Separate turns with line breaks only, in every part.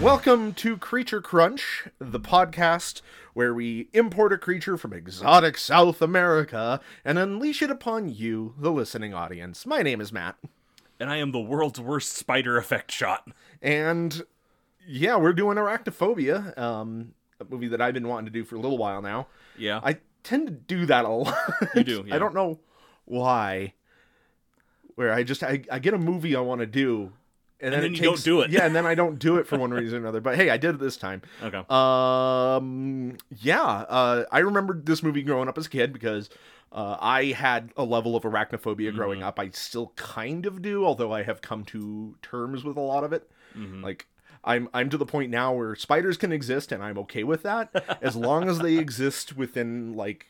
Welcome to Creature Crunch, the podcast where we import a creature from exotic South America and unleash it upon you, the listening audience. My name is Matt,
and I am the world's worst spider effect shot.
and yeah, we're doing Arachnophobia, um, a movie that I've been wanting to do for a little while now.
Yeah,
I tend to do that a lot.
You do, yeah.
I don't know why. Where I just I, I get a movie I want to do,
And then you don't do it.
Yeah, and then I don't do it for one reason or another. But hey, I uh, did it this time.
okay.
Um, yeah, uh, I remembered this movie growing up as a kid because uh, I had a level of arachnophobia growing up. I still kind of do, although I have come to terms with a lot of it.
Mm-hmm.
Like I'm I'm to the point now where spiders can exist and I'm okay with that as long as they exist within like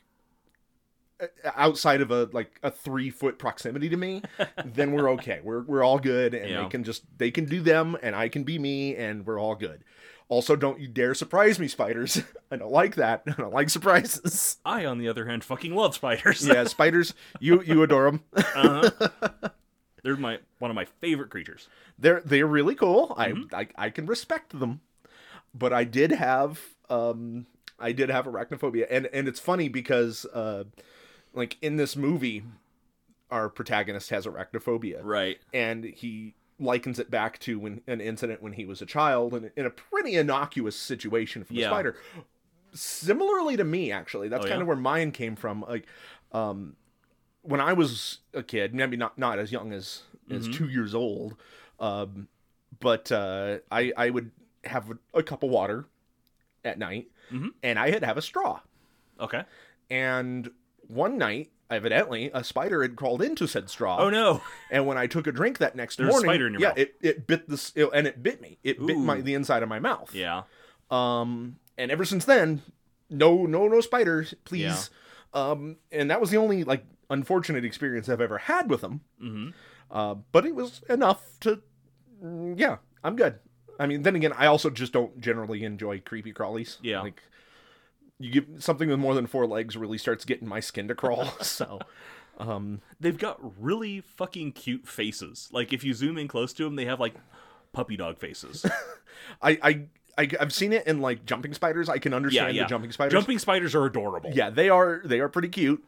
uh, outside of a like a 3 foot proximity to me, then we're okay. We're we're all good and
Yeah.
they can just they can do them and I can be me and we're all good. Also don't you dare surprise me spiders. I don't like that. I don't like surprises.
I, on the other hand, fucking love spiders.
yeah, spiders, you you adore them.
Uh-huh. They're my one of my favorite creatures.
they're they're really cool. I I, I can respect them, but I did have um I did have arachnophobia, and and it's funny because uh like in this movie, our protagonist has arachnophobia,
Right.
and he likens it back to when an incident when he was a child and in a pretty innocuous situation from the
Yeah.
spider. Similarly to me, actually, that's
Oh,
kind
yeah?
of where mine came from. Like, um, when I was a kid, maybe not not as young as as
Mhm.
two years old, um, but uh, I I would have a cup of water at night,
Mhm.
and I had have a straw.
Okay.
And one night, evidently, a spider had crawled into said straw.
Oh no.
And when I took a drink that next
There's a
morning,
spider in your
yeah,
mouth.
it it bit this it, and it bit me. It bit my
Ooh.
the inside of my mouth.
Yeah.
Um, and ever since then, no, no, no spiders,
Yeah.
please. Um, and that was the only like unfortunate experience I've ever had with them.
hmm
Uh, but it was enough to, mm, yeah, I'm good. I mean, then again, I also just don't generally enjoy creepy crawlies.
Yeah.
like you give something with more than four legs really starts getting my skin to crawl. so, um,
They've got really fucking cute faces. Like if you zoom in close to them, they have like puppy dog faces.
I, I, I I've seen it in like jumping spiders. I can understand
yeah.
the jumping spiders.
Jumping spiders are adorable.
Yeah, they are they are pretty cute.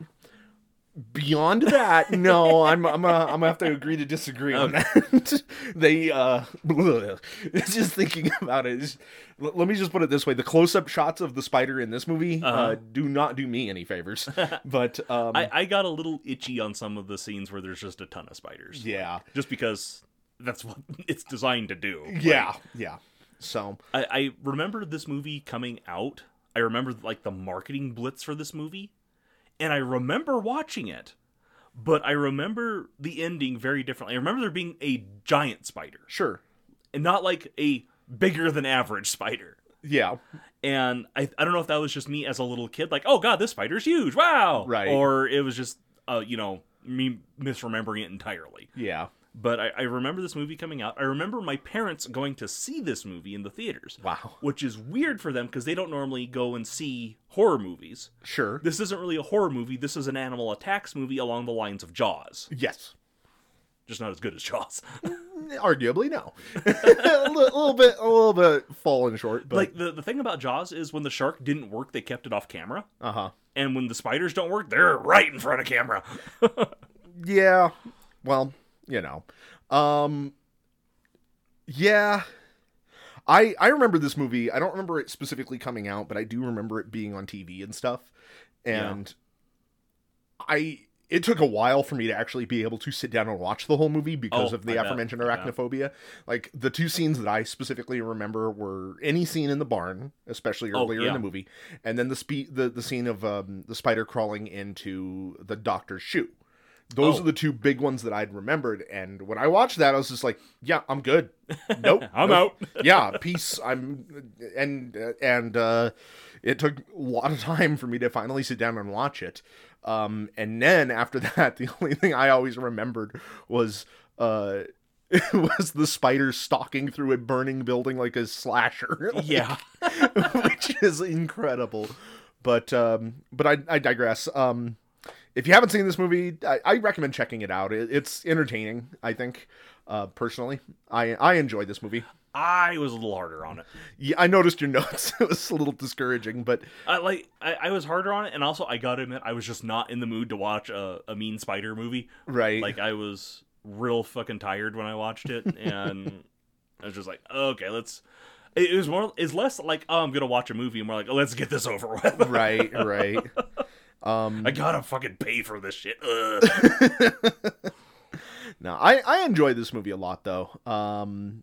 Beyond that, no, I'm I'm gonna, I'm gonna have to agree to disagree on that. they uh, it's just thinking about it. it's- l- let me just put it this way: the close-up shots of the spider in this movie uh
Uh-huh.
do not do me any favors. But um,
I, I got a little itchy on some of the scenes where there's just a ton of spiders.
yeah,
Just because that's what it's designed to do. Like,
yeah, yeah. So
I, I remember this movie coming out. I remember like the marketing blitz for this movie, and I remember watching it, but I remember the ending very differently. I remember there being a giant spider,
sure,
and not like a bigger than average spider.
yeah,
And I, I don't know if that was just me as a little kid, like, oh god, this spider's huge, wow,
Right.
or it was just, uh, you know, me misremembering it entirely.
yeah.
But I, I remember this movie coming out. I remember my parents going to see this movie in the theaters
Wow,
which is weird for them because they don't normally go and see horror movies.
sure,
This isn't really a horror movie. This is an animal attacks movie along the lines of Jaws,
yes.
just not as good as Jaws.
Arguably, no. a li- little bit, a little bit falling short, but
like the the thing about Jaws is when the shark didn't work, they kept it off camera,
uh huh.
and when the spiders don't work, they're right in front of camera.
Yeah. Well, you know. Um Yeah. I I remember this movie. I don't remember it specifically coming out, but I do remember it being on TV and stuff.
Yeah.
And I it took a while for me to actually be able to sit down and watch the whole movie because
Oh,
of the
I bet,
aforementioned
I bet.
arachnophobia. Like the two scenes that I specifically remember were any scene in the barn, especially
Oh,
earlier in
yeah.
the movie, and then the spe- the the scene of um, the spider crawling into the doctor's shoe. Those
Oh.
are the two big ones that I'd remembered. And when I watched that, I was just like, "Yeah, I'm good. Nope,
I'm
nope.
out.
yeah, peace. I'm." And and uh, it took a lot of time for me to finally sit down and watch it. Um, and then after that, the only thing I always remembered was uh, was the spider stalking through a burning building like a slasher. Like,
yeah,
which is incredible. But um, but I, I digress. Um, if you haven't seen this movie, I, I recommend checking it out. It, it's entertaining, I think. Uh, personally, I I enjoyed this movie.
I was a little harder on it.
Yeah, I noticed your notes. it was a little discouraging, but
I like I, I was harder on it, and also I gotta admit I was just not in the mood to watch a, a mean spider movie.
right.
Like I was real fucking tired when I watched it, and I was just like, okay, let's. It it was more. It's less like oh, I'm gonna watch a movie, and we're like, let's get this over with.
right, right. Um
I gotta fucking pay for this shit. Ugh.
No, I I enjoyed this movie a lot though. Um,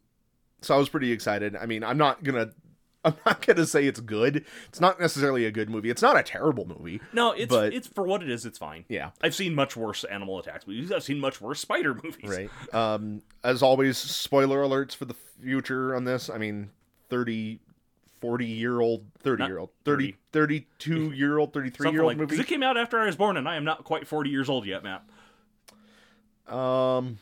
so I was pretty excited. I mean, I'm not gonna I'm not gonna say it's good. It's not necessarily a good movie. It's not a terrible movie.
No, it's
But-
it's for what it is. It's fine.
Yeah,
I've seen much worse animal attacks movies. I've seen much worse spider movies.
right. Um, as always, spoiler alerts for the future on this. I mean, 30, 40 year old, 30
Not
year old, 30, 32 year old, 33
Something
year old
like because
movie.
it came out after I was born, and I am not quite forty years old yet, Matt.
Um,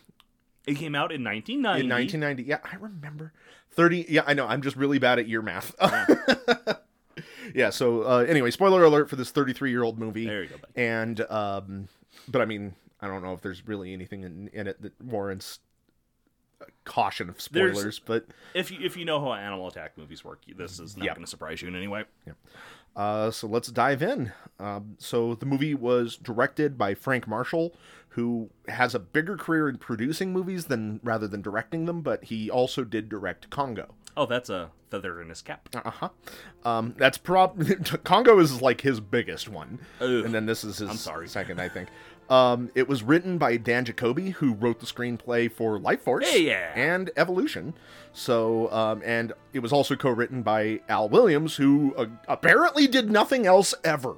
It came out in 1990.
in 1990. Yeah, I remember. 30. Yeah, I know. I'm just really bad at year math. Yeah. so uh, anyway, spoiler alert for this 33 year old movie.
There you go. Buddy.
and um but i mean i don't know if there's really anything in, in it that warrants a caution of
There's-
spoilers but
If you if you know how animal attack movies work, you- this is not
Yeah.
going to surprise you in any way.
uh so let's dive in um so the movie was directed by frank marshall who has a bigger career in producing movies than rather than directing them but he also did direct congo
Oh, that's a feather in his cap.
uh-huh um that's prob congo is like his biggest one
Ugh.
and then this is his
I'm sorry.
second i think um it was written by dan jacoby who wrote the screenplay for life force
Hey, yeah.
and Evolution. So, um, and it was also co-written by Al Williams, who uh, apparently did nothing else ever.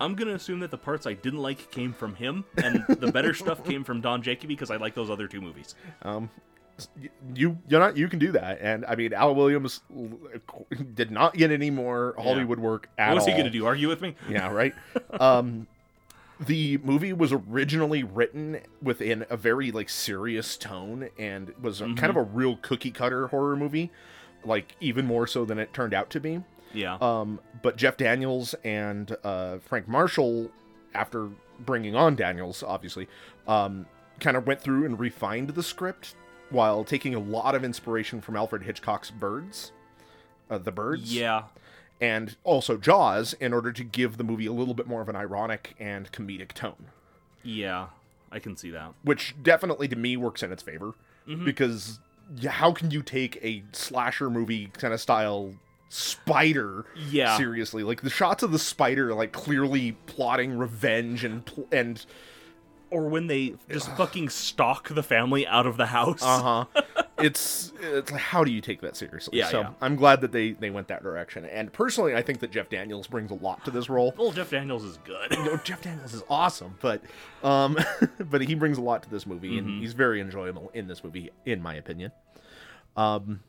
I'm going to assume that the parts I didn't like came from him, and the better stuff came from Don Jacoby because I like those other two movies.
You, you're not, you can do that. And I mean, Al Williams l- did not get any more Hollywood work at
What's he
all.
going to do? Argue with me?
Yeah, right. um, the movie was originally written within a very like serious tone and was a- kind of a real cookie cutter horror movie, like even more so than it turned out to be.
Yeah.
Um, but Jeff Daniels and uh, Frank Marshall, after bringing on Daniels, obviously, um, kind of went through and refined the script while taking a lot of inspiration from Alfred Hitchcock's Birds, uh, the Birds,
yeah.
and also Jaws, in order to give the movie a little bit more of an ironic and comedic tone,
Yeah. I can see that.
which definitely to me works in its favor
Mm-hmm.
because y- how can you take a slasher movie kind of style spider
Yeah.
seriously like the shots of the spider like clearly plotting revenge and pl- and
Or when they just fucking stalk the family out of the house.
uh-huh it's it's like how do you take that seriously
Yeah,
so
yeah.
i'm glad that they they went that direction and personally i think that jeff daniels brings a lot to this role
Well, Jeff Daniels is good.
you know, jeff daniels is awesome but um but he brings a lot to this movie and he's very enjoyable in this movie in my opinion um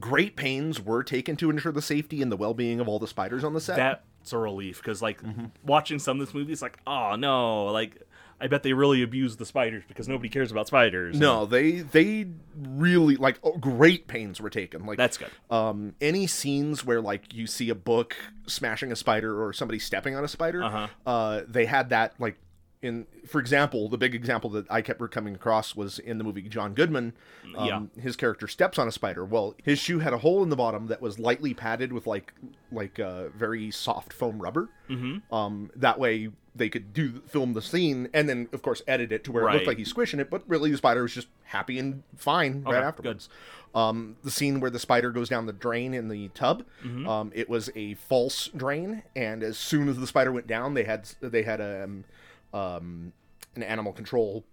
great pains were taken to ensure the safety and the well-being of all the spiders on the set
that's a relief because like watching some of this movie it's like oh no like i bet they really abuse the spiders because nobody cares about spiders
No, they they really like oh, great pains were taken. Like
That's good.
Um, any scenes where like you see a book smashing a spider or somebody stepping on a spider,
Uh-huh.
uh, they had that like in for example, the big example that I kept coming across was in the movie John Goodman. Um, his character steps on a spider. Well, his shoe had a hole in the bottom that was lightly padded with like like uh, very soft foam rubber. Mm-hmm. Um, that way they could do film the scene and then of course edit it to where it looked
Right.
like he's squishing it, but really the spider was just happy and fine right
Okay,
afterwards. Um, the scene where the spider goes down the drain in the tub,
Mm-hmm.
um, it was a false drain, and as soon as the spider went down, they had they had a, um, um, an animal control.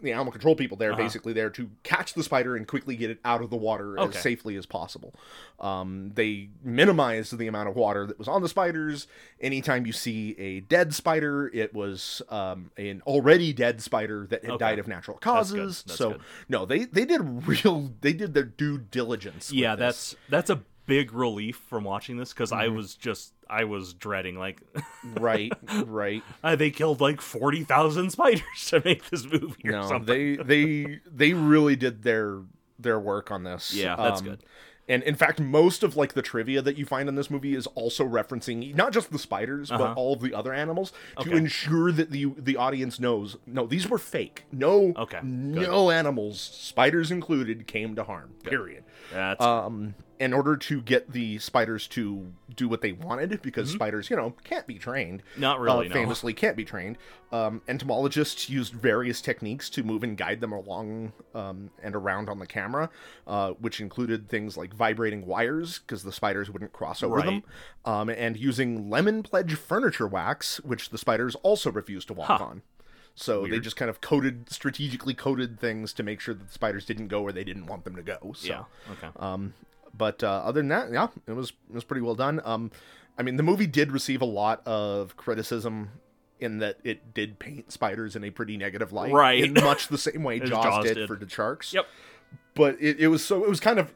The animal control people there
Uh-huh.
basically there to catch the spider and quickly get it out of the water
Okay.
as safely as possible. Um, they minimized the amount of water that was on the spiders. Anytime you see a dead spider, it was um, an already dead spider that had
Okay.
died of natural
That's
causes.
good. That's
so
good.
no, they they did real they did their due diligence. with
yeah
this. Mm-hmm.
that's that's a big relief from watching this because i was just i was dreading like
right, right.
uh, they killed like 40000 spiders to make this movie or
No,
something
they they they really did their their work on this. Um,
Yeah, that's good.
And in fact, most of like the trivia that you find in this movie is also referencing not just the spiders,
Uh-huh.
but all of the other animals to
Okay.
ensure that the the audience knows no, these were fake. No,
Okay, good.
no animals, spiders included, came to harm. Period
That's
um, in order to get the spiders to do what they wanted, because
Mm-hmm.
spiders, you know, can't be trained.
Not really, no.
uh, Famously, can't be trained. Um, entomologists used various techniques to move and guide them along um, and around on the camera, uh, which included things like vibrating wires, because the spiders wouldn't cross over them, um, and using lemon pledge furniture wax, which the spiders also refused to walk
Huh.
on. So they
Weird.
just kind of coded, strategically coded things to make sure that the spiders didn't go where they didn't want them to go. So.
yeah. Okay.
Um, but uh, other than that, yeah, it was it was pretty well done. Um, I mean, the movie did receive a lot of criticism in that it did paint spiders in a pretty negative light,
Right.
In much the same way
As
Jaws,
Jaws
did,
did.
for the sharks.
Yep.
But it, it was so it was kind of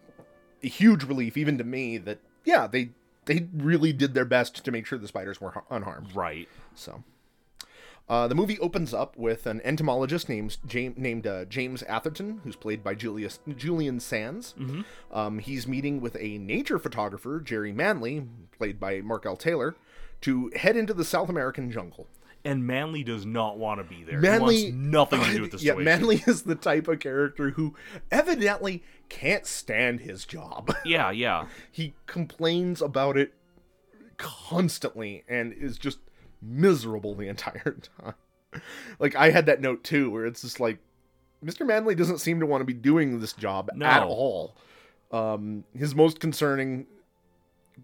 a huge relief even to me that yeah they they really did their best to make sure the spiders were har- unharmed.
Right.
So, uh, the movie opens up with an entomologist named James, named uh, James Atherton, who's played by Julius Julian Sands.
Mm-hmm.
Um, he's meeting with a nature photographer, Jerry Manley, played by Mark L. Taylor, to head into the South American jungle.
And Manly does not want to be there.
Manly-
he wants nothing to do with this
Yeah,
situation.
Manley is the type of character who evidently can't stand his job.
yeah, yeah.
he complains about it constantly and is just miserable the entire time. Like I had that note too, where it's just like Mr. Manley doesn't seem to want to be doing this job
No.
at all. Um, his most concerning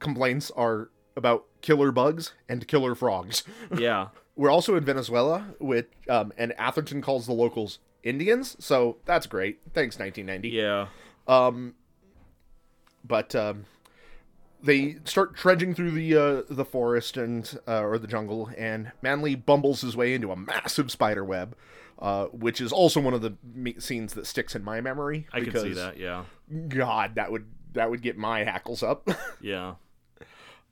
complaints are about killer bugs and killer frogs.
Yeah.
We're also in Venezuela, which um, and Atherton calls the locals Indians, so that's great. Thanks, 1990.
Yeah.
Um, but um, they start trudging through the uh, the forest and uh, or the jungle, and Manly bumbles his way into a massive spider web, uh, which is also one of the me- scenes that sticks in my memory.
I can see
because,
that. Yeah.
God, that would that would get my hackles up.
Yeah.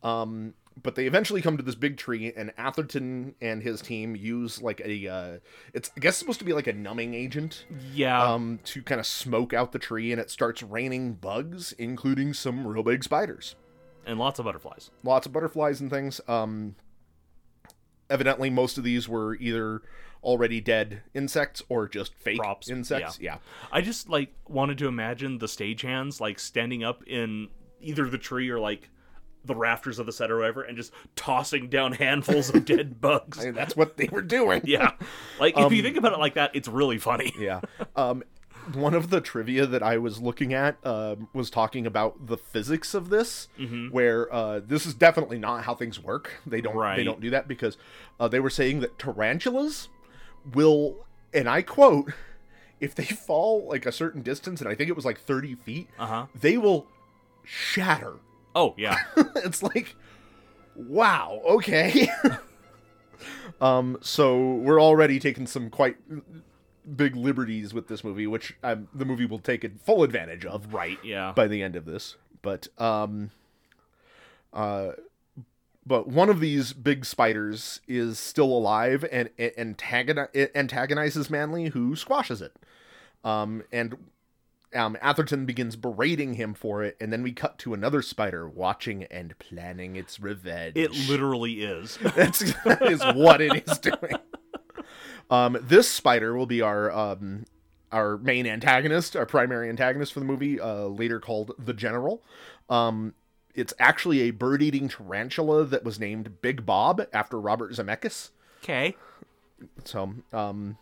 Um, but they eventually come to this big tree, and Atherton and his team use like a uh, it's I guess supposed to be like a numbing agent
Yeah.
um, to kind of smoke out the tree, and it starts raining bugs, including some real big spiders.
and lots of butterflies.
Lots of butterflies and things. Um, evidently, most of these were either already dead insects or just fake
Props,
insects. Yeah.
I just like wanted to imagine the stagehands like standing up in either the tree or like the rafters of the set or whatever, and just tossing down handfuls of dead bugs.
And that's what they were doing.
Yeah, like
Um,
if you think about it like that, it's really funny.
yeah. Um, one of the trivia that I was looking at um, was talking about the physics of this, where uh, this is definitely not how things work. They don't they
Right.
don't do that because uh, they were saying that tarantulas will, and I quote, if they fall like a certain distance, and I think it was like thirty feet,
Uh huh.
they will shatter.
Oh yeah,
it's like wow okay um so we're already taking some quite big liberties with this movie which um, the movie will take full advantage of
right. Yeah.
by the end of this but um uh but one of these big spiders is still alive and it antagoni- it antagonizes Manly, who squashes it. Um, and um, Atherton begins berating him for it, and then we cut to another spider watching and planning its revenge.
it literally is.
That's that is what it is doing. Um, this spider will be our um, our main antagonist, our primary antagonist for the movie, uh, later called the General. Um, it's actually a bird-eating tarantula that was named Big Bob after Robert Zemeckis.
Okay.
So, um,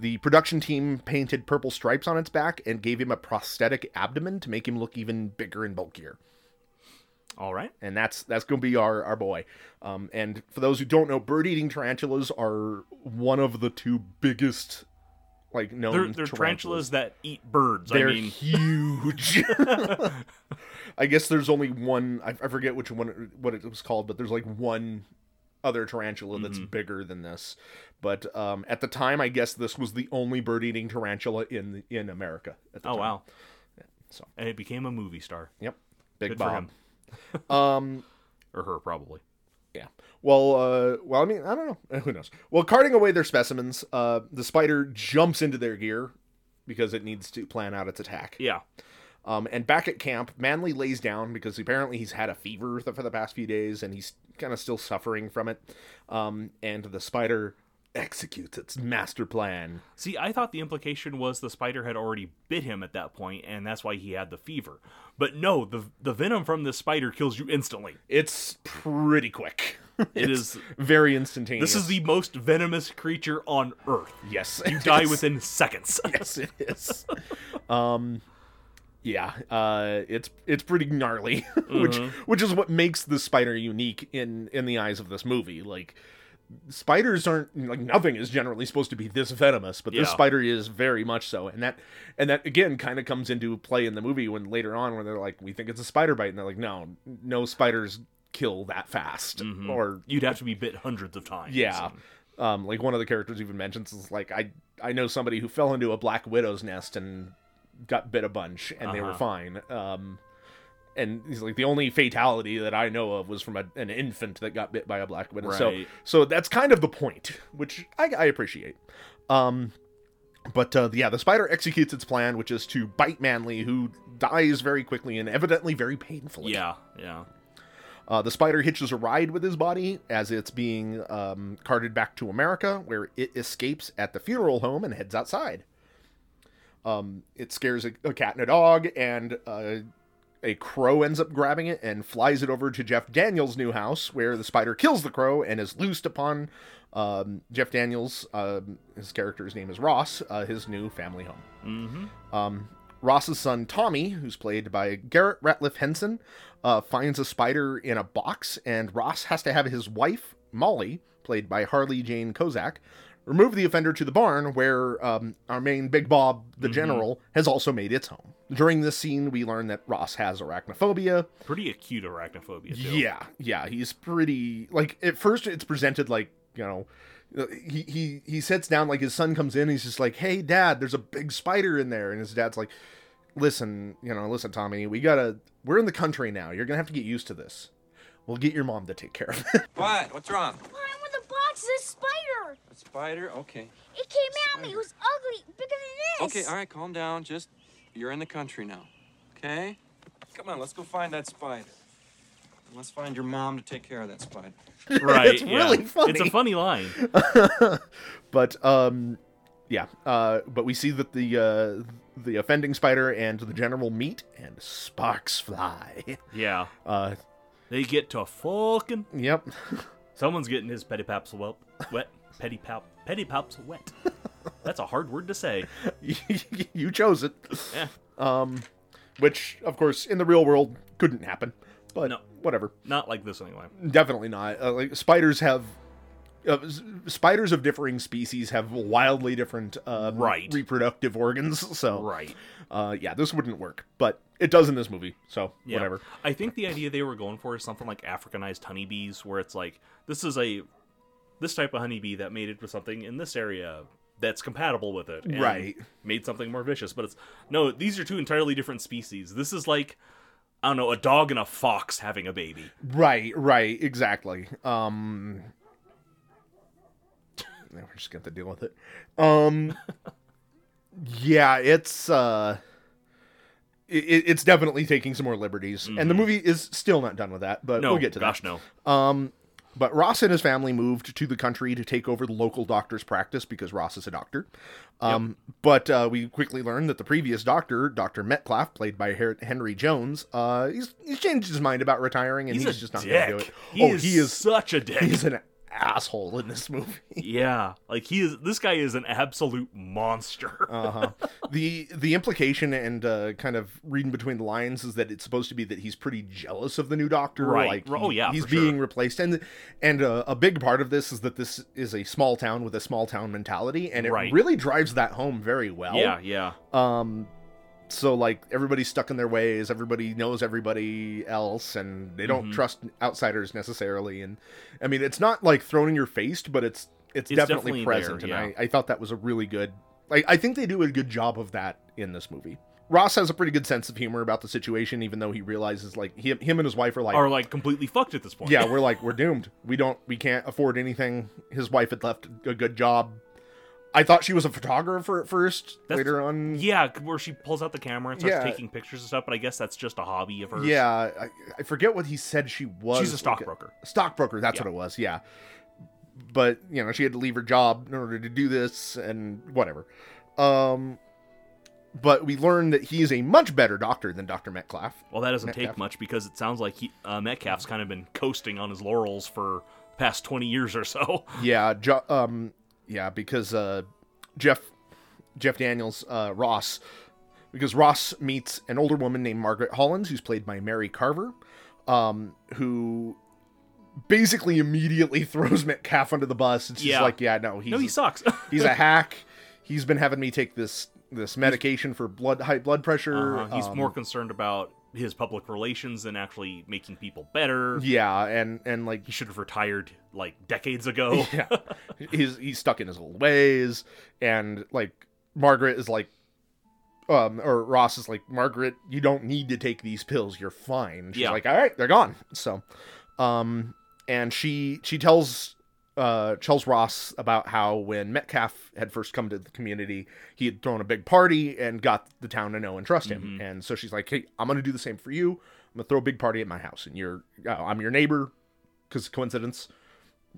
the production team painted purple stripes on its back and gave him a prosthetic abdomen to make him look even bigger and bulkier
All right.
and that's that's going to be our our boy. Um, and for those who don't know, bird eating tarantulas are one of the two biggest, like known
They're, they're tarantulas that eat birds.
They're
I mean,
huge. I guess there's only one. I, I forget which one it- what it was called, but there's like one other tarantula
Mm-hmm.
that's bigger than this. But um, at the time, I guess this was the only bird eating tarantula in in America. At the
oh
time.
wow.
so.
And it became a movie star.
Yep. Big
Good for
Bob.
him
Um,
or her, probably.
Yeah. Well, uh, well, I mean, I don't know. Who knows? Well, carting away their specimens, uh, the spider jumps into their gear because it needs to plan out its attack.
Yeah.
Um, and back at camp, Manley lays down because apparently he's had a fever th- for the past few days and he's kind of still suffering from it. Um, and the spider executes its master plan.
See, I thought the implication was the spider had already bit him at that point, and that's why he had the fever. But no, the the venom from this spider kills you instantly.
It's pretty quick.
It
It's
is.
very instantaneous.
This is the most venomous creature on Earth.
yes.
You die within seconds.
yes, it is. um, yeah, uh, it's it's pretty gnarly, which which is what makes the spider unique in in the eyes of this movie. Like spiders aren't like nothing is generally supposed to be this venomous, but this
Yeah.
spider is very much so, and that and that again kind of comes into play in the movie when later on when they're like, we think it's a spider bite, and they're like, no, no spiders kill that fast
Mhm.
or
You'd have to be bit hundreds of times.
yeah. Um, like one of the characters even mentions is like I I know somebody who fell into a black widow's nest and got bit a bunch and they were
Uh-huh.
fine. Um, and he's like the only fatality that I know of was from a, an infant that got bit by a black widow. So
Right.
so that's kind of the point, which I, I appreciate. Um, but uh, yeah, the spider executes its plan, which is to bite Manly, who dies very quickly and evidently very painfully.
Yeah, yeah.
Uh, the spider hitches a ride with his body as it's being um, carted back to America, where it escapes at the funeral home and heads outside. Um, it scares a, a cat and a dog, and uh, a crow ends up grabbing it and flies it over to Jeff Daniels' new house, where the spider kills the crow and is loosed upon um, Jeff Daniels. Um, his character's name is Ross, uh, his new family home.
hmm
Um, Ross's son Tommy, who's played by Garrett Ratliff Henson, uh, finds a spider in a box, and Ross has to have his wife Molly, played by Harley Jane Kozak, remove the offender to the barn where um, our main Big Bob, the
Mhm.
general, has also made its home. During this scene, we learn that Ross has arachnophobia.
Pretty acute arachnophobia. Too.
Yeah, yeah, he's pretty like at first it's presented like you know. He, he he sits down like his son comes in and he's just like hey dad there's a big spider in there and his dad's like listen you know listen tommy we gotta we're in the country now you're gonna have to get used to this we'll get your mom to take care of it
What? What's wrong?
Well, I'm with a box is a spider.
A spider? Okay.
It came at me. It was ugly, bigger than
Okay,
this.
all right, calm down. Just, you're in the country now. Okay? Come on, let's go find that spider. And Let's find your mom to take care of that spider.
Right.
It's
yeah.
really funny.
It's a funny line.
but um yeah uh but we see that the uh the offending spider and the general meet and sparks fly
Yeah.
uh
They get to fucking.
yep
Someone's getting his pettipaps wel- wet. Pettipap. Pettipaps wet. That's a hard word to say.
you chose it.
Eh.
Um, which, of course, in the real world couldn't happen. But
No.
whatever.
Not like this anyway.
Definitely not. Uh, like spiders have. Uh, s- spiders of differing species have wildly different uh,
Right.
reproductive organs, so
Right.
uh, yeah, this wouldn't work, but it does in this movie, so
Yeah.
whatever.
I think the idea they were going for is something like Africanized honeybees, where it's like this is a this type of honeybee that mated with something in this area that's compatible with it, and
Right.
Made something more vicious, but it's no. These are two entirely different species. This is like I don't know, a dog and a fox having a baby.
Right, right, exactly. Um, yeah, we're just gonna have to deal with it. Um, yeah, it's uh, it, it's definitely taking some more liberties, and the movie is still not done with that. But
Mm-hmm. No,
we'll get to
gosh,
that.
no.
Um, but Ross and his family moved to the country to take over the local doctor's practice because Ross is a doctor. Um, But uh, we quickly learned that the previous doctor, Dr. Metcalf, played by Her- Henry Jones, uh, he's, he's changed his mind about retiring and he's,
He's, a
just not going
dick.
to do it.
He
oh,
is
he is
such a dick.
he's an asshole in this movie.
yeah, like he is. This guy is an absolute monster.
Uh-huh. the the implication and uh, kind of reading between the lines is that it's supposed to be that he's pretty jealous of the new doctor.
Right.
Like,
Oh, yeah,
he's
for sure.
being replaced, and and uh, a big part of this is that this is a small town with a small town mentality, and it
Right.
really drives that home very well.
yeah, yeah.
Um. So like everybody's stuck in their ways, everybody knows everybody else, and they don't
Mhm.
trust outsiders necessarily. And I mean, it's not like thrown in your face, but it's it's,
It's
definitely,
definitely
present.
there,
And I, I thought that was a really good. Like I think they do a good job of that in this movie. Ross has a pretty good sense of humor about the situation, even though he realizes like him, him and his wife are like,
Are like completely fucked at this point.
yeah, we're like we're doomed. We don't we can't afford anything. His wife had left a good job. I thought she was a photographer at first.
That's-
later on,
Yeah, where she pulls out the camera and starts
Yeah.
taking pictures and stuff. But I guess that's just a hobby of hers.
Yeah, I, I forget what he said she was.
she's a stockbroker.
Stockbroker, that's what it was, yeah. But, you know, she had to leave her job in order to do this and whatever. Um but we learned that he is a much better doctor than Dr. Metcalf.
Well, that doesn't
Metcalf.
take much because it sounds like he, uh, Metcalf's kind of been coasting on his laurels for the past twenty years or so.
Yeah, jo- um yeah, because uh Jeff Jeff Daniels uh Ross because Ross meets an older woman named Margaret Hollins who's played by Mary Carver um who basically immediately throws Metcalf under the bus and she's
Yeah.
like, yeah, no, he's
no, he sucks.
he's a hack. He's been having me take this this medication for blood high blood pressure.
Uh, he's
um,
more concerned about his public relations than actually making people better.
yeah, and and like
He should have retired like decades ago.
yeah, he's he's stuck in his old ways, and like Margaret is like, um, or Ross is like, Margaret, you don't need to take these pills. You're fine. She's
Yeah.
like, all right, they're gone. So, um, and she she tells. Uh, tells Ross about how when Metcalf had first come to the community, he had thrown a big party and got the town to know and trust him.
Mhm.
And so she's like, "Hey, I'm gonna do the same for you. I'm gonna throw a big party at my house, and you're, uh, I'm your neighbor, because coincidence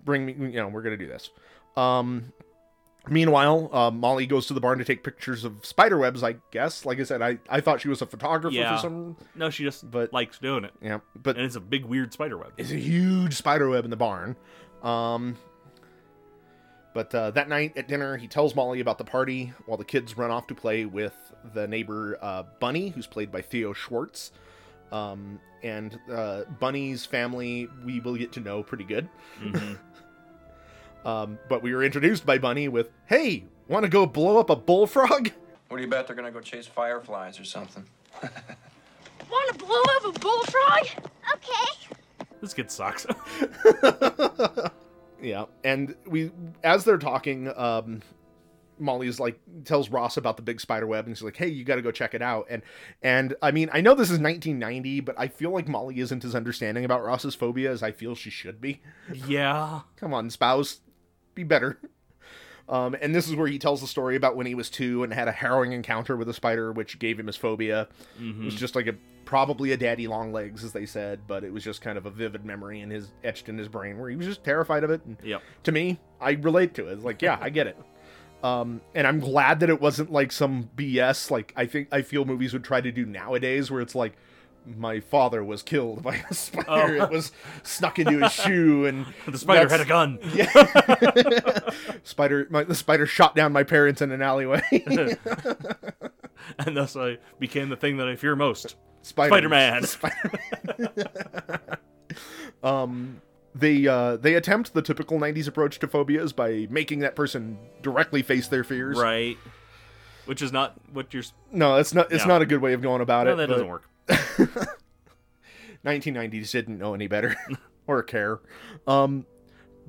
bring me you know we're gonna do this um meanwhile uh, molly goes to the barn to take pictures of spider webs i guess like i said i, I thought she was a photographer
Yeah.
for some
No, she just
But-
likes doing it,
yeah but
and it's a big weird spider web.
it's a huge spider web in the barn um but uh, that night at dinner he tells molly about the party while the kids run off to play with the neighbor uh, bunny who's played by theo schwartz um, and uh, bunny's family we will get to know pretty good
Mhm.
Um, but we were introduced by Bunny with, "Hey, want to go blow up a bullfrog?"
What do you bet they're gonna go chase fireflies or something?
Wanna blow up a bullfrog?
Okay.
this kid sucks.
yeah, and we, as they're talking, um, Molly's like tells Ross about the big spider web, and she's like, "Hey, you got to go check it out." And and I mean, I know this is 1990, but I feel like Molly isn't as understanding about Ross's phobia as I feel she should be.
yeah.
Come on, spouse, be better. Um, and this is where he tells the story about when he was two and had a harrowing encounter with a spider, which gave him his phobia. It
Mm-hmm. Hmm.
was just like a probably a daddy long legs, as they said, but it was just kind of a vivid memory in his etched in his brain where he was just terrified of it. And
Yep.
to me, I relate to it. It's like, yeah, I get it. Um, and I'm glad that it wasn't like some BS. Like I think I feel movies would try to do nowadays, where it's like, my father was killed by a spider.
Oh.
It was snuck into his shoe, and
The spider
that's-
had a gun.
yeah. spider, my, the spider shot down my parents in an alleyway.
and thus I became the thing that I fear most.
spider
Spider Man.
They uh, they attempt the typical '90s approach to phobias by making that person directly face their fears.
right. Which is not what you're. s-
No, it's not. It's
No.
not a good way of going about
No,
it.
that
but
doesn't work.
1990s didn't know any better or care. Um,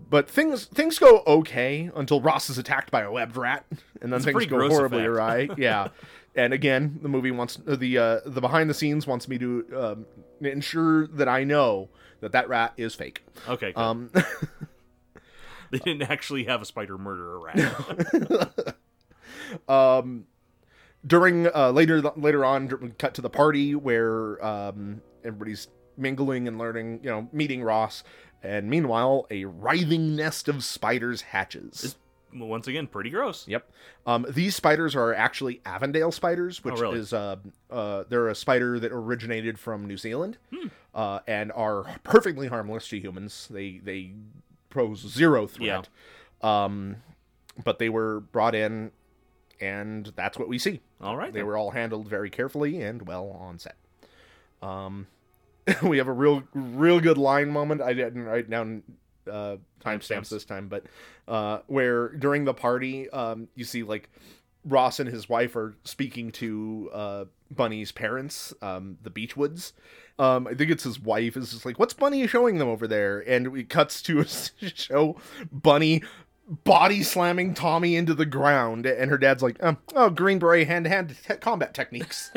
but things things go okay until Ross is attacked by a webbed rat, and
a
then things
pretty
go
gross
horribly
effect.
awry. Yeah, and again, the movie wants uh, the uh, the behind the scenes wants me to um, ensure that I know that that rat is fake.
Okay. good.
Um,
they didn't actually have a spider murder a rat.
um, during uh, later later on, we cut to the party where um, everybody's mingling and learning, you know, meeting Ross. And meanwhile, a writhing nest of spiders hatches.
Well, Once again, pretty gross.
Yep. Um, these spiders are actually Avondale spiders, which
really?
is uh, uh, they're a spider that originated from New Zealand, uh, and are perfectly harmless to humans. They they pose zero threat. Um, but they were brought in, and that's what we see.
All right.
They
then.
were all handled very carefully and well on set. Um, we have a real, real good line moment. I didn't write down uh, timestamps
Timestamps.
this time, but uh, where during the party, um, you see like Ross and his wife are speaking to uh, Bunny's parents, um, the Beechwoods. Um, I think it's his wife is just like, "What's Bunny showing them over there?" And it cuts to a show Bunny body slamming Tommy into the ground, and her dad's like, um, "Oh, Green Beret hand to hand combat techniques."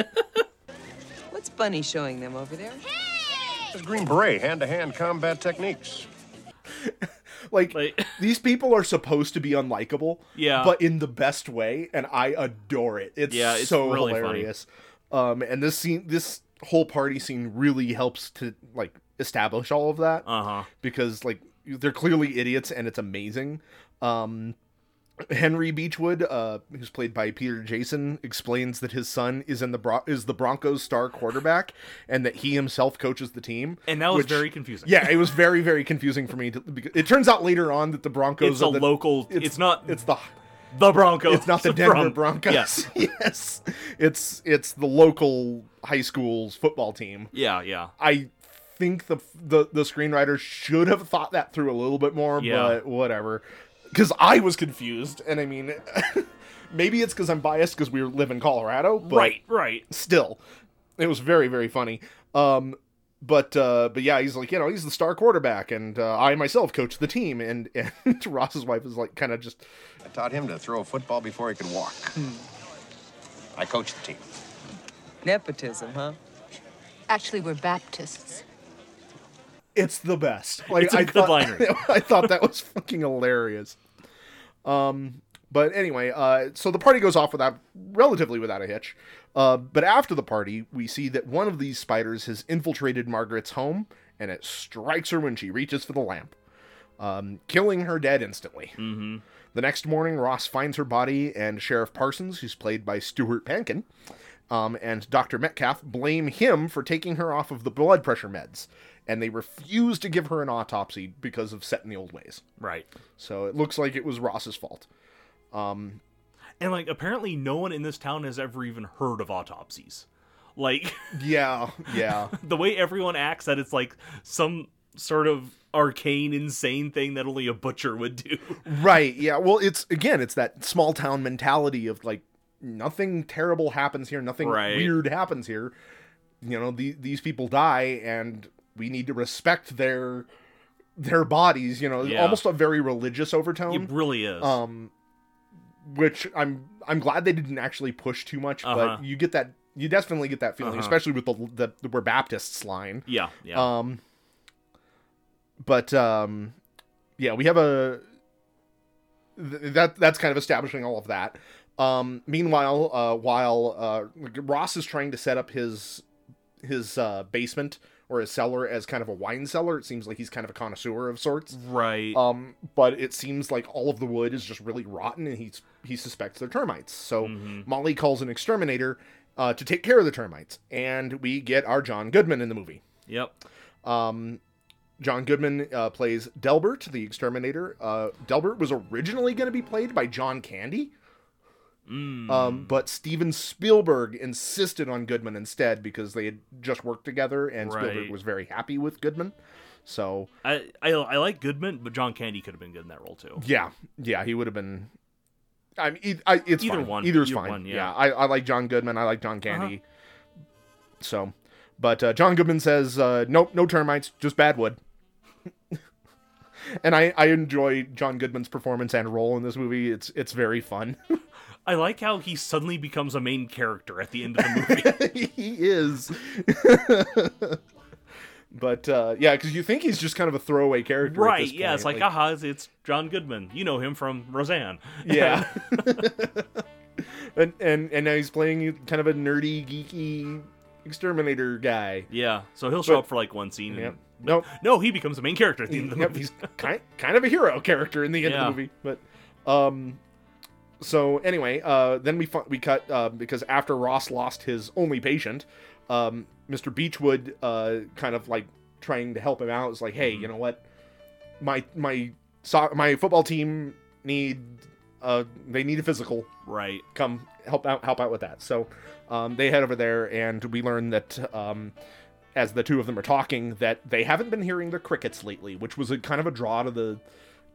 What's Bunny showing them over there?
It's Green Beret hand to hand combat techniques.
Like,
Like-
these people are supposed to be unlikable,
Yeah.
but in the best way, and I adore it. It's
Yeah, it's
so
really funny.
hilarious. Um, and this scene, this whole party scene, really helps to like establish all of that
Uh huh.
because like they're clearly idiots, and it's amazing. Um, Henry Beechwood, uh, who's played by Peter Jason, explains that his son is in the Bron- is the Broncos star quarterback, and that he himself coaches the team.
And that was
which-
very confusing.
yeah, it was very very confusing for me. To, because it turns out later on that the Broncos
It's a
are the,
local. It's, not.
It's the
the Broncos.
it's not the Denver
Bron-
Broncos.
Yes.
yes, it's it's the local high school's football team.
Yeah. Yeah.
I think the the the screenwriter should have thought that through a little bit more,
Yeah.
but whatever. Because I was confused, and I mean, maybe it's because I'm biased because we live in Colorado, but
right. Right.
still it was very very funny um but uh but yeah he's like you know he's the star quarterback and uh, i myself coach the team and and ross's wife is like kind of just
I taught him to throw a football before he could walk. I coached the team.
Nepotism, huh?
Actually, we're Baptists.
it's the best like
It's a
I
good
thought,
line read.
i thought that was fucking hilarious um but anyway uh so the party goes off without relatively without a hitch uh but after the party we see that one of these spiders has infiltrated margaret's home and it strikes her when she reaches for the lamp um killing her dead instantly
Mm-hmm.
The next morning, Ross finds her body, and Sheriff Parsons, who's played by Stuart Pankin, um, and Dr. Metcalf blame him for taking her off of the blood pressure meds, and they refuse to give her an autopsy because of set in the old ways.
Right.
So it looks like it was Ross's fault.
And like apparently no one in this town has ever even heard of autopsies. Like
Yeah, yeah.
the way everyone acts that it's like some sort of arcane insane thing that only a butcher would do.
Right. Yeah. Well, it's again, it's that small town mentality of like nothing terrible happens here, nothing
Right.
weird happens here. You know, the, these people die, and we need to respect their their bodies. You know,
Yeah.
almost a very religious overtone,
It really is.
um, which I'm I'm glad they didn't actually push too much,
Uh-huh.
but you get that you definitely get that feeling,
Uh-huh.
especially with the, the the we're Baptists line.
yeah, yeah.
Um, but um, yeah, we have a th- that that's kind of establishing all of that. Um, meanwhile, uh, while uh, Ross is trying to set up his his uh, basement or his cellar as kind of a wine cellar, it seems like he's kind of a connoisseur of sorts.
right.
Um, but it seems like all of the wood is just really rotten, and he's he suspects they're termites. So
Mm-hmm.
Molly calls an exterminator uh, to take care of the termites, and we get our John Goodman in the movie.
yep.
Um, John Goodman uh, plays Delbert, the exterminator. Uh, Delbert was originally going to be played by John Candy,
Mm.
um, but Steven Spielberg insisted on Goodman instead because they had just worked together, and Spielberg
Right.
was very happy with Goodman. So
I, I I like Goodman, but John Candy could have been good in that role too.
yeah, yeah, he would have been. I mean, e- I, it's
Either
fine.
one-
Either's
either
fine.
one,
yeah,
yeah. Uh-huh.
I, I like John Goodman. I like John Candy. So, but uh, John Goodman says, uh, "Nope, no termites, just bad wood." and I, I enjoy John Goodman's performance and role in this movie. It's it's very fun.
I like how he suddenly becomes a main character at the end of the movie.
he is. but uh, yeah, because you think he's just kind of a throwaway character, at
right,
this
yeah, it's
point,
like, aha, it's- it's John Goodman. You know him from Roseanne.
Yeah. and and and now he's playing kind of a nerdy, geeky exterminator guy.
yeah. So he'll show
But-
up for like one scene
Yep.
and
Nope.
No, he becomes a main character at the end of Hmm. the
Yep,
movie.
he's kind kind of a hero character in the end
Yeah.
of the movie, but um so anyway, uh then we fu- we cut uh, because after Ross lost his only patient, um Mr. Beechwood uh kind of like trying to help him out is like,
Mm-hmm.
"Hey, you know what? My my so- my football team need uh they need a physical.
Right.
come help out help out with that. So um, they head over there, and we learn that um, as the two of them are talking, that they haven't been hearing the crickets lately, which was a kind of a draw to the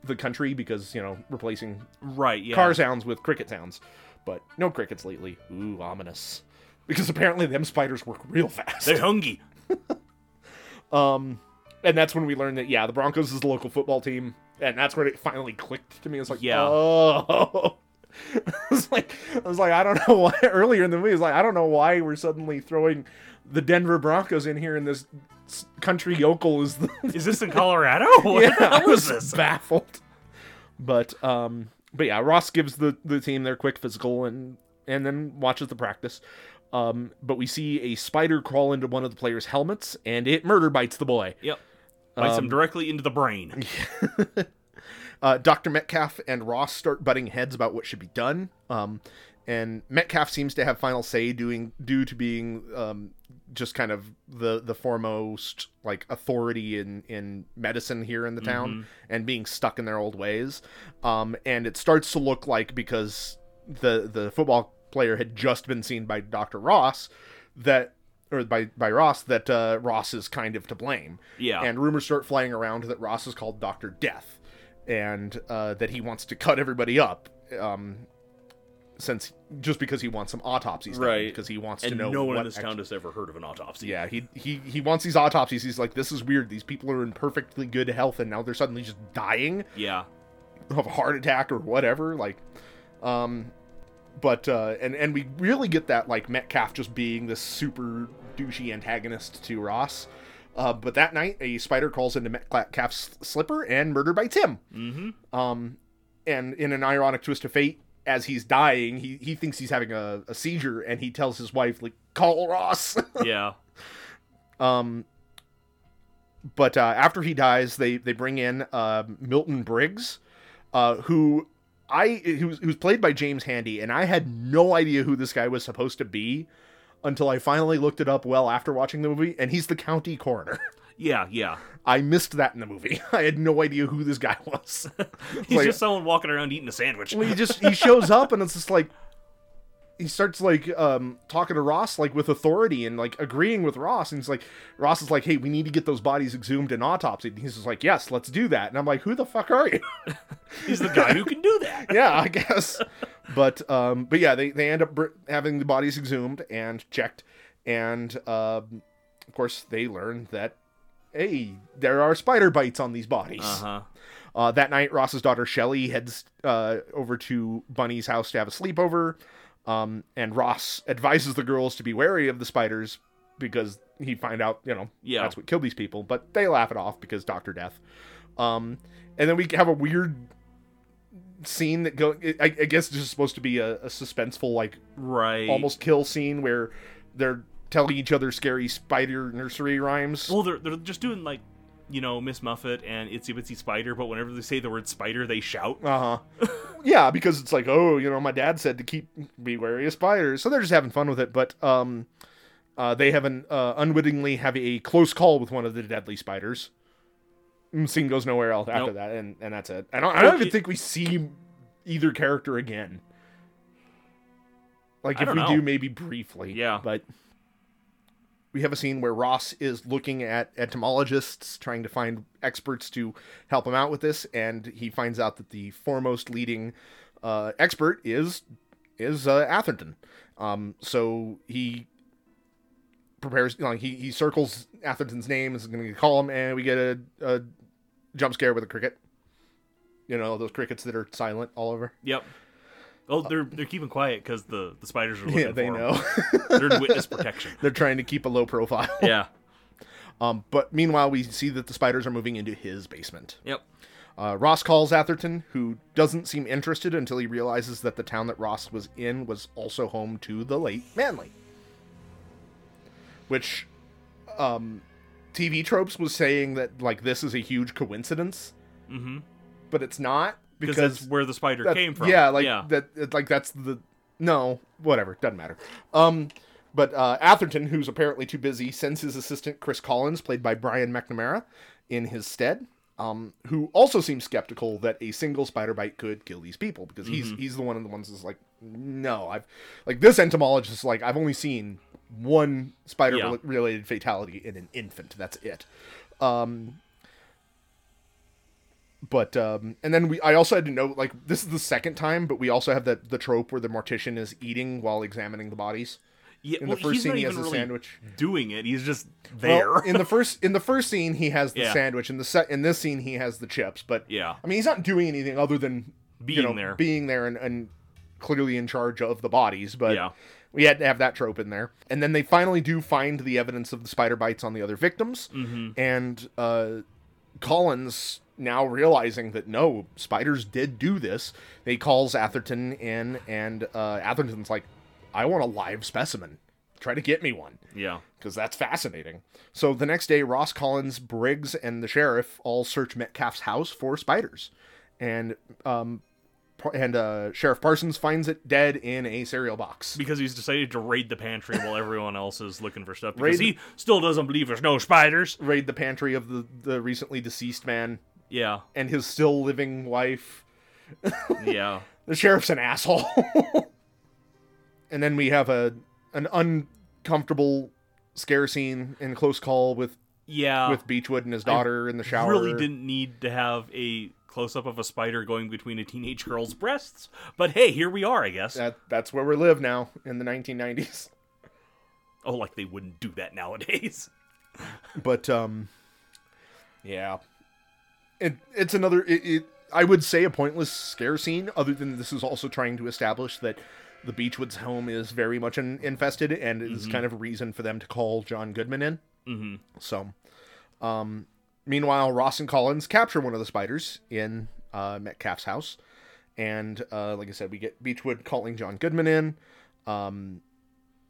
the country because you know replacing
Right, yeah.
car sounds with cricket sounds, but no crickets lately. Ooh, ominous. Because apparently them spiders work real fast.
They're hungry.
Um, and that's when we learned that yeah, the Broncos is the local football team, and that's when it finally clicked to me. It's like
Yeah.
oh. I was like, I was like, I don't know why. Earlier in the movie, I was like, I don't know why we're suddenly throwing the Denver Broncos in here in this s- country yokel is the
Is this in Colorado? What
yeah,
the hell
I was
is this?
baffled. But um, but yeah, Ross gives the the team their quick physical and and then watches the practice. Um, but we see a spider crawl into one of the players' helmets, and it murder bites the boy.
Yep. Bites
Um,
him directly into the brain.
Uh, Dr. Metcalf and Ross start butting heads about what should be done. Um, and Metcalf seems to have final say doing due to being um, just kind of the the foremost like authority in in medicine here in the town and being stuck in their old ways. Um, and it starts to look like because the the football player had just been seen by Dr. Ross that or by by Ross that uh, Ross is kind of to blame.
Yeah.
And rumors start flying around that Ross is called Doctor Death, and uh, that he wants to cut everybody up, um, since just because he wants some autopsies, done,
Right.
Because he wants to
And
know
no one
what
in this
actu-
town has ever heard of an autopsy.
yeah, he he he wants these autopsies. He's like, this is weird. These people are in perfectly good health, and now they're suddenly just dying
Yeah.
of a heart attack or whatever like um but uh and and we really get that like metcalf just being this super douchey antagonist to ross uh, but that night a spider crawls into metcalf's slipper and murder bites him
Mhm.
um and in an ironic twist of fate as he's dying he, he thinks he's having a, a seizure and he tells his wife like call ross
Yeah.
um, but uh, after he dies, they they bring in uh, Milton Briggs, uh, who I who's who's played by James Handy, and I had no idea who this guy was supposed to be until I finally looked it up well after watching the movie, and he's the county coroner.
Yeah. Yeah.
I missed that in the movie. I had no idea who this guy was.
He's
Like-
just someone walking around eating a sandwich.
Well, he just he shows up and it's just like he starts like um talking to Ross like with authority and like agreeing with Ross and he's like Ross is like, "Hey, we need to get those bodies exhumed and autopsied." And he's just like, "Yes, let's do that." And I'm like, "Who the fuck are you?"
He's the guy who can do that.
yeah, I guess. But um but yeah, they they end up br- having the bodies exhumed and checked and um of course they learn that hey, there are spider bites on these bodies.
Uh huh.
Uh, that night, Ross's daughter Shelly heads uh, over to Bunny's house to have a sleepover, um, and Ross advises the girls to be wary of the spiders because he find out, you know,
Yeah.
that's what killed these people. But they laugh it off because Doctor Death. Um, and then we have a weird scene that go. I, I guess it's just supposed to be a, a suspenseful, like
Right.
almost kill scene where they're telling each other scary spider nursery rhymes.
Well, they're, they're just doing like, you know, Miss Muffet and Itsy Bitsy Spider, but whenever they say the word spider, they shout.
Uh huh. yeah, because it's like, oh, you know, my dad said to keep be wary of spiders, so they're just having fun with it. But um, uh, they have an uh, unwittingly have a close call with one of the deadly spiders. Mm, Scene goes nowhere else after
Nope.
that, and and that's it. I don't, I don't
Well,
even
it-
think we see either character again. Like
I
if we
don't know.
do, maybe briefly.
Yeah.
but. We have a scene where Ross is looking at entomologists, trying to find experts to help him out with this, and he finds out that the foremost leading uh, expert is is uh, Atherton. Um, so he prepares, like he he circles Atherton's name, is going to call him, and we get a, a jump scare with a cricket. You know those crickets that are silent all over.
Yep. Oh, they're they're keeping quiet because the the spiders are looking
Yeah, they
for 'em.
know.
They're in witness protection.
They're trying to keep a low profile.
yeah.
Um, but meanwhile, we see that the spiders are moving into his basement.
Yep.
Uh, Ross calls Atherton, who doesn't seem interested until he realizes that the town that Ross was in was also home to the late Manley. Which, um, TV Tropes was saying that, like, this is a huge coincidence,
Mm-hmm.
but it's not
Because
because
that's where the spider
that-
came from.
Yeah, like,
yeah.
That, it- like that's the. No, whatever, doesn't matter. Um, but uh, Atherton, who's apparently too busy, sends his assistant Chris Collins, played by Brian McNamara, in his stead, um, who also seems skeptical that a single spider bite could kill these people because he's
Mm-hmm.
he's the one of the ones that's like, no, I've like this entomologist is like I've only seen one spider
Yeah.
rel- related fatality in an infant. That's it. Um, but um, and then we I also had to note like this is the second time, but we also have that the trope where the mortician is eating while examining the bodies.
yeah.
in
well,
the first
he's
scene
not
he
even
has a
really
sandwich.
doing it. He's just there.
Well, in the first in the first scene he has the
Yeah.
sandwich in the set in this scene he has the chips, but
Yeah.
I mean he's not doing anything other than you
Being
know,
there.
being there and, and clearly in charge of the bodies, but
yeah.
We had to have that trope in there. And then they finally do find the evidence of the spider bites on the other victims.
Mm-hmm.
And uh, Collins, now realizing that no, spiders did do this, they calls Atherton in, and uh, Atherton's like, I want a live specimen. Try to get me one
Yeah.
because that's fascinating. So the next day, Ross Collins, Briggs, and the sheriff all search Metcalf's house for spiders, and um, Par- and uh, Sheriff Parsons finds it dead in a cereal box.
Because he's decided to raid the pantry while everyone else is looking for stuff.
Raid-
Because he still doesn't believe there's no spiders.
Raid the pantry of the the recently deceased man
Yeah.
and his still living wife.
Yeah.
The sheriff's an asshole. and then we have a an uncomfortable scare scene in close call with
Yeah.
with Beechwood and his daughter in the shower.
Ah. really didn't need to have a close up of a spider going between a teenage girl's breasts. But hey, here we are, I guess.
That that's where we live now in the 1990s.
oh, like they wouldn't do that nowadays.
but um yeah it, it's another it, it i would say a pointless scare scene other than this is also trying to establish that the beechwoods home is very much in, infested and is kind of a reason for them to call john goodman in mm-hmm. so um meanwhile ross and collins capture one of the spiders in uh metcalf's house and uh like i said we get beechwood calling john goodman in Um,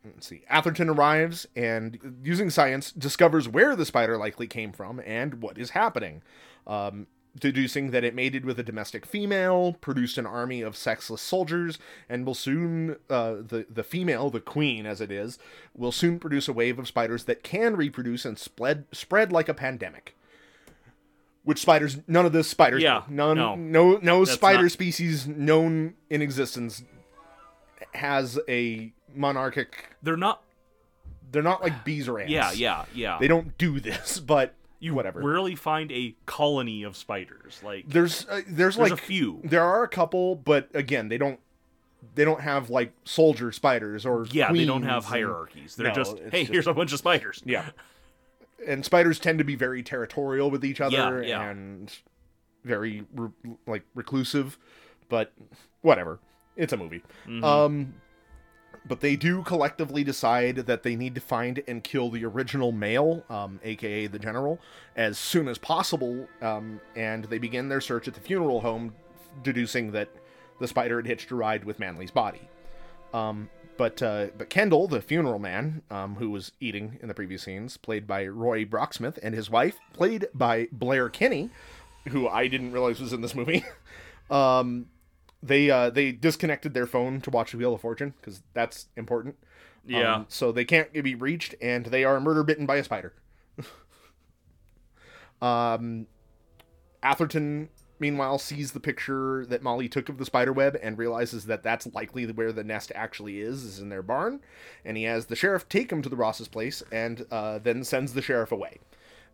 let's see atherton arrives and using science discovers where the spider likely came from and what is happening um, deducing that it mated with a domestic female produced an army of sexless soldiers and will soon uh, the, the female the queen as it is will soon produce a wave of spiders that can reproduce and spread spread like a pandemic which spiders none of this spiders
Yeah,
do. none
no.
no no
That's
spider
not-
species known in existence has a monarchic
They're not.
they're not like bees or ants.
Yeah, yeah, yeah.
They don't do this, but
you
whatever.
rarely find a colony of spiders. Like
There's uh, there's,
There's
like
a few.
There are a couple, but again, they don't they don't have like soldier spiders or
yeah, they don't
queens
have
and-
hierarchies. They're
No,
just
it's
hey,
just-
here's a bunch of spiders.
yeah. And spiders tend to be very territorial with each other
Yeah, yeah.
and very re- like reclusive, but whatever. It's a movie.
Mm-hmm.
Um but they do collectively decide that they need to find and kill the original male, um, aka the general, as soon as possible. Um, and they begin their search at the funeral home, deducing that the spider had hitched a ride with Manley's body. Um, but uh, but Kendall, the funeral man, um, who was eating in the previous scenes, played by Roy Brocksmith, and his wife, played by Blair Kinney, who I didn't realize was in this movie. um, they uh, they disconnected their phone to watch the Wheel of Fortune because that's important.
Yeah.
Um, so they can't be reached, and they are murder bitten by a spider. um, Atherton, meanwhile, sees the picture that Molly took of the spider web and realizes that that's likely where the nest actually is, is in their barn. And he has the sheriff take him to the Ross's place and uh, then sends the sheriff away.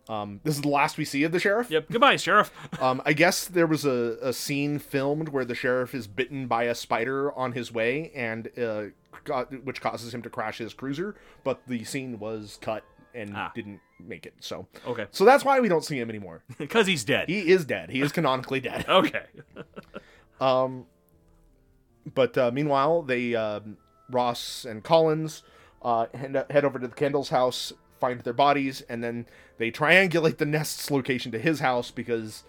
Um, this is the last we see of the sheriff.
Yep. Goodbye, sheriff.
Um, I guess there was a, a scene filmed where the sheriff is bitten by a spider on his way, and uh, ca- which causes him to crash his cruiser. But the scene was cut and
Ah.
didn't make it. So,
Okay.
so that's why we don't see him anymore.
Because he's dead.
He is dead. He is canonically dead.
Okay.
Um, but uh, meanwhile, they um, Ross and Collins uh, head, head over to the Kendall's house, find their bodies, and then they triangulate the nest's location to his house because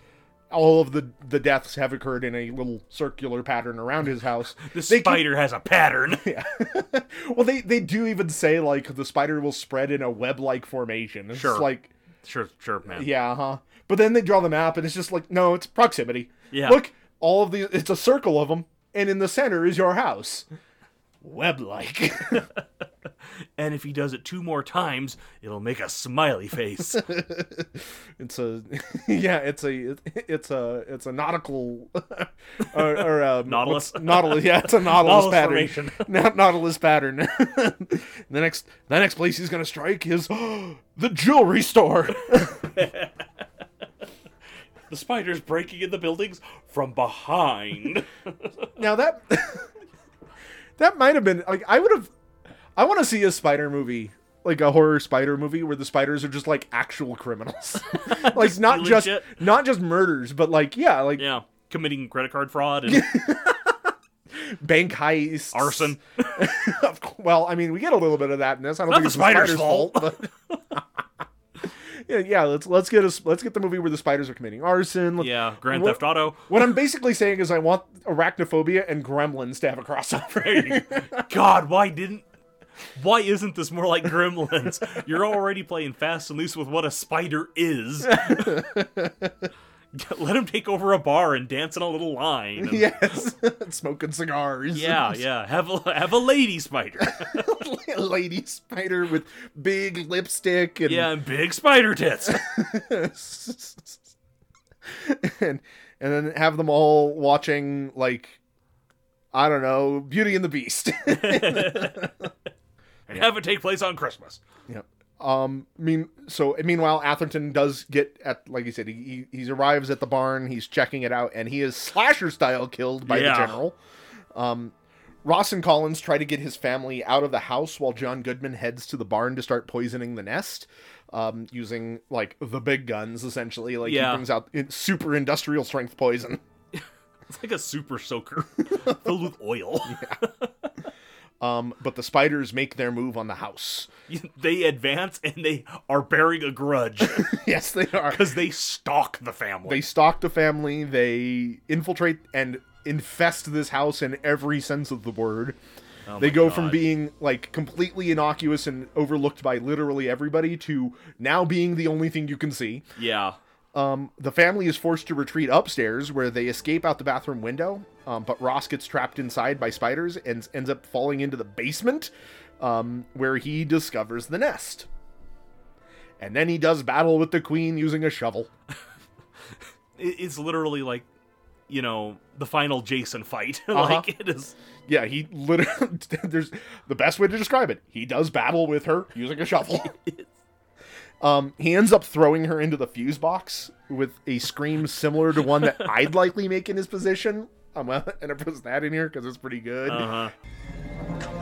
all of the the deaths have occurred in a little circular pattern around his house.
The
They keep-
spider has a pattern.
well, they they do even say like the spider will spread in a web like formation. It's
Sure.
like
sure, sure, man.
yeah, huh? But then they draw the map, and it's just like, no, it's proximity.
Yeah.
Look, all of these, it's a circle of them, and in the center is your house. Web like.
And if he does it two more times, it'll make a smiley face.
it's a, yeah, it's a, it's a, it's a nautical, or, or um,
Nautilus.
what's- Nautilus, yeah, it's a Nautilus,
Nautilus
pattern.
formation.
Na- Nautilus pattern. the next, the next place he's gonna strike is the jewelry store.
the spider's breaking in the buildings from behind.
Now that that might have been like I would have I want to see a spider movie, like a horror spider movie where the spiders are just like actual criminals. like not
stealing
just
shit.
not just murders, but like yeah, like
yeah. Committing credit card fraud and
bank heists,
Arson.
Of cou- well, I mean, we get a little bit of that in this. I don't
Not
think
the
it's
spider's
but- yeah, yeah, let's let's get us let's get the movie where the spiders are committing arson. Let-
Yeah, Grand
What-
Theft Auto.
What I'm basically saying is, I want arachnophobia and gremlins to have a crossover.
God, why didn't? Why isn't this more like Gremlins? You're already playing fast and loose with what a spider is. Let him take over a bar and dance in a little line. and-
yes, smoking cigars.
yeah, yeah. Have a have a lady spider.
lady spider with big lipstick and
yeah, and big spider tits.
and and then have them all watching like I don't know Beauty and the Beast.
And have it take place on Christmas.
yep. Um. Mean. So meanwhile, Atherton does get at like you said. He he he arrives at the barn. He's checking it out, and he is slasher style killed by
Yeah.
the general. Um. Ross and Collins try to get his family out of the house while John Goodman heads to the barn to start poisoning the nest, um, using like the big guns essentially. Like
Yeah.
he brings out in- super industrial strength poison.
It's like a super soaker filled with oil.
Um, but the spiders make their move on the house.
They advance and they are bearing a grudge
yes, they are.
because they stalk the family.
They stalk the family. They infiltrate and infest this house in every sense of the word. they go from being like completely innocuous and overlooked by literally everybody to now being the only thing you can see.
yeah.
Um, the family is forced to retreat upstairs, where they escape out the bathroom window. Um, but Ross gets trapped inside by spiders and ends up falling into the basement, um, where he discovers the nest. And then he does battle with the queen using a shovel.
it- it's literally like you know the final jason fight
Uh-huh.
like it is
Yeah, he literally. There's the best way to describe it. He does battle with her using a shovel. um, he ends up throwing her into the fuse box with a scream similar to one that I'd likely make in his position. I'm gonna and I put that in here because it's pretty good.
uh-huh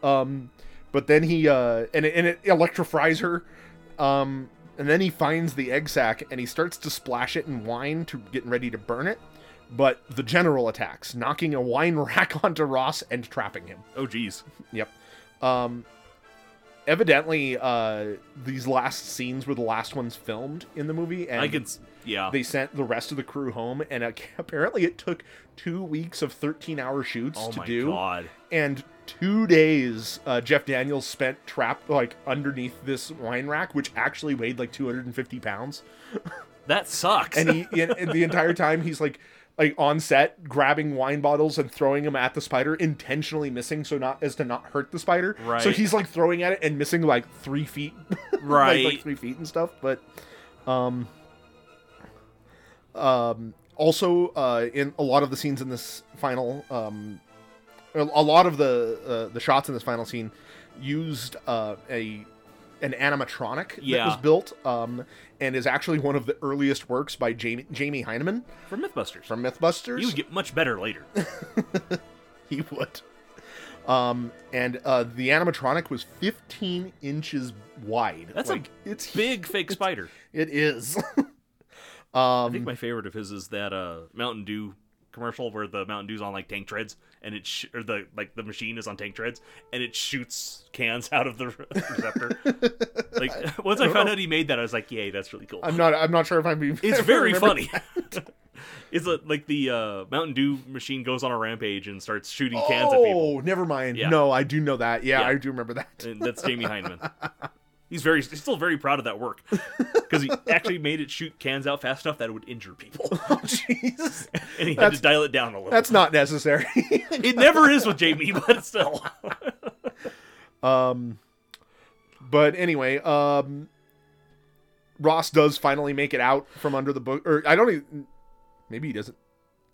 Um, but then he uh, and it, and it electrifies her. Um, and then he finds the egg sack and he starts to splash it in wine to getting ready to burn it. But the general attacks, knocking a wine rack onto Ross and trapping him.
oh geez
Yep. Um, evidently, uh, these last scenes were the last ones filmed in the movie, and
i could s- yeah
they sent the rest of the crew home. And uh, apparently, it took two weeks of thirteen-hour shoots
oh
to
my
do,
god
and two days uh, Jeff Daniels spent trapped like underneath this wine rack, which actually weighed like two hundred and fifty pounds.
that sucks
And he and, and the entire time he's like. Like on set, grabbing wine bottles and throwing them at the spider, intentionally missing so not as to not hurt the spider. So
Right.
he's like throwing at it and missing like three feet,
right
like, like three feet and stuff. But, um, um, also uh, in a lot of the scenes in this final, um, a a lot of the uh, the shots in this final scene used uh, a an animatronic that
Yeah.
was built, um, and is actually one of the earliest works by Jamie Jamie Heineman
for mythbusters
from MythBusters.
you would get much better later
He would. Um, and uh, the animatronic was 15 inches wide.
That's a
like it's
big fake spider
It is.
i think my favorite of his is that uh mountain dew commercial where the mountain dew's on like tank treads and it sh- or the like the machine is on tank treads and it shoots cans out of the re- receptor like once i, found out he made that i was like yay that's really cool
I'm not. I'm not sure if I'm being.
It's
if I
very
remember-
funny. it's a, like the uh, Mountain Dew machine goes on a rampage and starts shooting cans at people.
Oh, never mind.
Yeah.
No, I do know that. Yeah,
Yeah.
I do remember that.
And that's Jamie Heineman. He's very he's still very proud of that work because he actually made it shoot cans out fast enough that it would injure people,
Oh, Jeez,
and he had
That's-
to dial it down a little.
that's not necessary.
it never is with Jamie, but still.
but anyway, um, Ross does finally make it out from under the book. Or I don't even. Maybe he doesn't.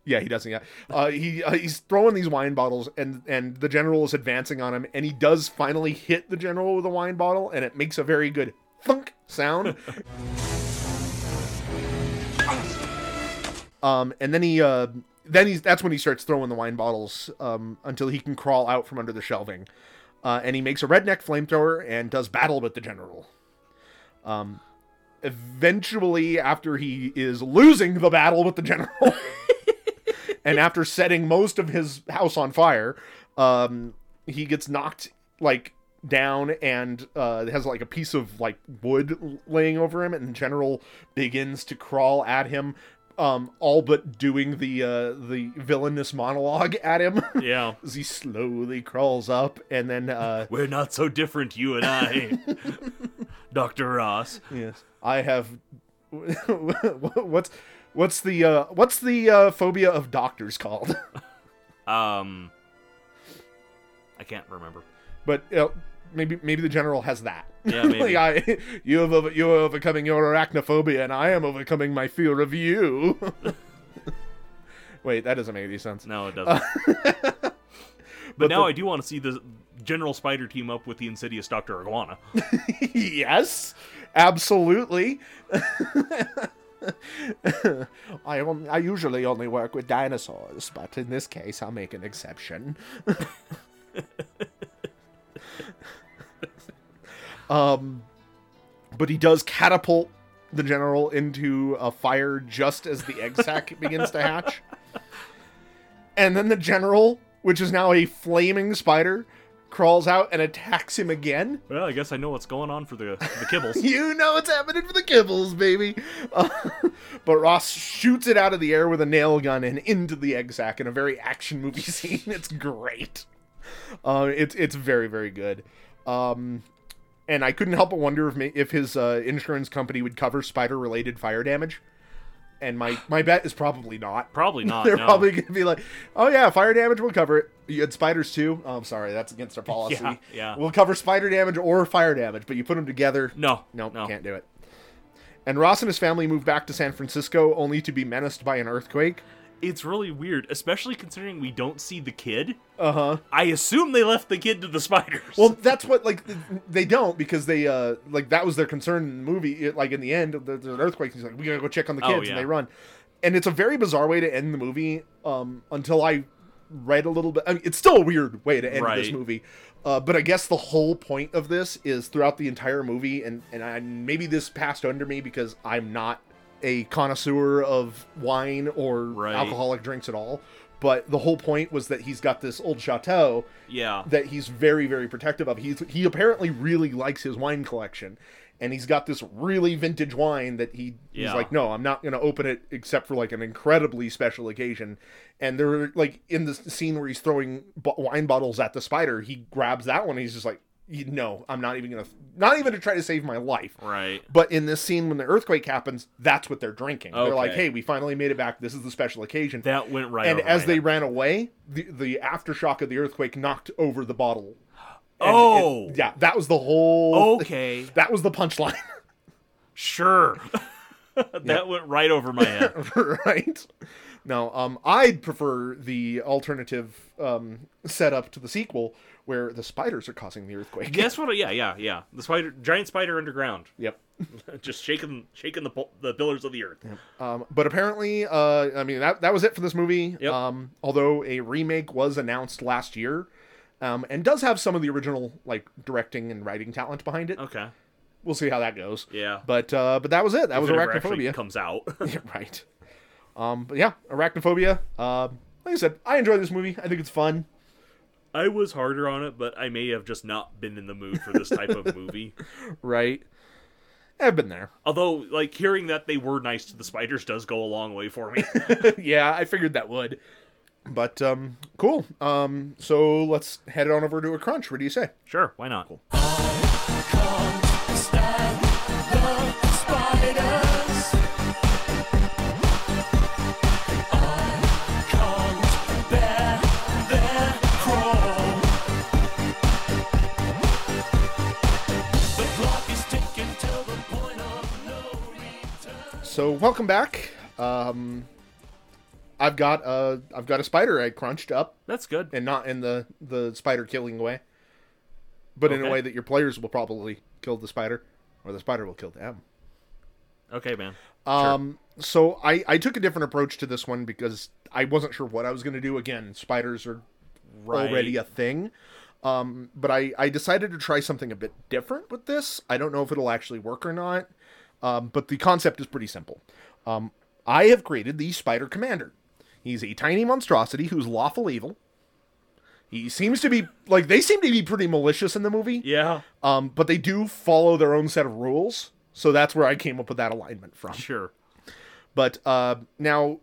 Yeah, he doesn't yet. Uh, he uh, he's throwing these wine bottles, and and the general is advancing on him, and he does finally hit the general with a wine bottle, and it makes a very good thunk sound. um, and then he uh, then he's that's when he starts throwing the wine bottles um, until he can crawl out from under the shelving, uh, and he makes a redneck flamethrower and does battle with the general. Um, eventually after he is losing the battle with the general and after setting most of his house on fire um he gets knocked like down and uh has like a piece of like wood laying over him and the general begins to crawl at him um all but doing the uh the villainous monologue at him
Yeah.
as he slowly crawls up and then uh
We're not so different, you and I, Doctor Ross.
Yes, I have. what's what's the uh, what's the uh, phobia of doctors called?
Um, I can't remember.
but you know, maybe maybe the general has that.
Yeah, maybe.
like I, you have over, you are overcoming your arachnophobia, and I am overcoming my fear of you. Wait, that doesn't make any sense.
No, it doesn't. but, now I do want to see the General Spider team up with the insidious Doctor Iguana.
yes, absolutely. I on- I usually only work with dinosaurs, but in this case, I'll make an exception. um, but he does catapult the general into a fire just as the egg sac begins to hatch, and then the general, which is now a flaming spider, crawls out and attacks him again.
Well, I guess I know what's going on for the the kibbles.
You know what's happening for the kibbles, baby. Uh, but Ross shoots it out of the air with a nail gun and into the egg sack in a very action movie scene. It's great. Uh, it's it's very very good. Um, and I couldn't help but wonder if ma- if his uh, insurance company would cover spider related fire damage. And my my bet is probably not.
Probably not.
They're
no.
probably going to be like, "Oh yeah, fire damage, we'll cover it." You had spiders too. Oh, I'm sorry, that's against our policy.
Yeah, yeah.
We'll cover spider damage or fire damage, but you put them together.
No,
no,
no.
can't do it. And Ross and his family moved back to San Francisco, only to be menaced by an earthquake.
It's really weird, especially considering we don't see the kid.
Uh huh.
I assume they left the kid to the spiders.
Well, that's what like th- they don't because they uh like that was their concern in the movie. It, like in the end, there- there's an earthquake. He's like, "We gotta go check on the
Oh,
kids,"
yeah.
and they run. And it's a very bizarre way to end the movie. Um, until I read a little bit. I mean, it's still a weird way to end this
Right.
movie. Uh, but I guess the whole point of this is throughout the entire movie, and and I, maybe this passed under me because I'm not a connoisseur of wine or
Right.
alcoholic drinks at all. But the whole point was that he's got this old chateau
yeah.
that he's very very protective of. He's he apparently really likes his wine collection, and he's got this really vintage wine that he he's
Yeah.
like, no, I'm not gonna open it except for like an incredibly special occasion. And they're like in the scene where he's throwing bo- wine bottles at the spider, he grabs that one. And he's just like, "You- no, I'm not even gonna not even to try to save my life.
Right.
But in this scene, when the earthquake happens, that's what they're drinking. They're like,
Okay.
"Hey, we finally made it back. This is the special occasion."
That went right.
and
over
as
my
they
head.
ran away, the, the aftershock of the earthquake knocked over the bottle. And- and-
oh,
yeah, that was the whole.
okay,
that was the punchline,
sure. that went right over my head.
right? No, um, I'd prefer the alternative um setup to the sequel where the spiders are causing the earthquake.
Guess what? Yeah, yeah, yeah. The spider, giant spider underground,
Yep.
just shaking, shaking the pil- the pillars of the earth.
Um, but apparently, uh, I mean that that was it for this movie.
Yep.
Um, although a remake was announced last year, um, and does have some of the original like directing and writing talent behind it.
Okay.
We'll see how that goes.
Yeah.
But uh, but that was it. That was
If it ever actually
arachnophobia.
comes out.
Yeah, right. Um, but yeah, arachnophobia. Um, like I said, I enjoy this movie. I think it's fun.
I was harder on it, but I may have just not been in the mood for this type of movie.
Right. I've been there.
Although, like hearing that they were nice to the spiders does go a long way for me.
yeah, I figured that would. But um, cool. Um, so let's head on over to a crunch. What do you say?
sure, why not?
So welcome back. Um, I've got a I've got a spider I crunched up,
That's good.
and not in the the spider killing way, but in a
Okay.
way that your players will probably kill the spider, or the spider will kill them.
Okay, man.
Um, so I, I took a different approach to this one because I wasn't sure what I was going to do. Again, spiders are
Right.
already a thing. Um, but I, I decided to try something a bit different with this. I don't know if it'll actually work or not. Um, but the concept is pretty simple. Um, I have created the Spider Commander. He's a tiny monstrosity who's lawful evil. He seems to be like they seem to be pretty malicious in the movie.
Yeah,
Um, but they do follow their own set of rules, so that's where I came up with that alignment from.
sure.
But uh, now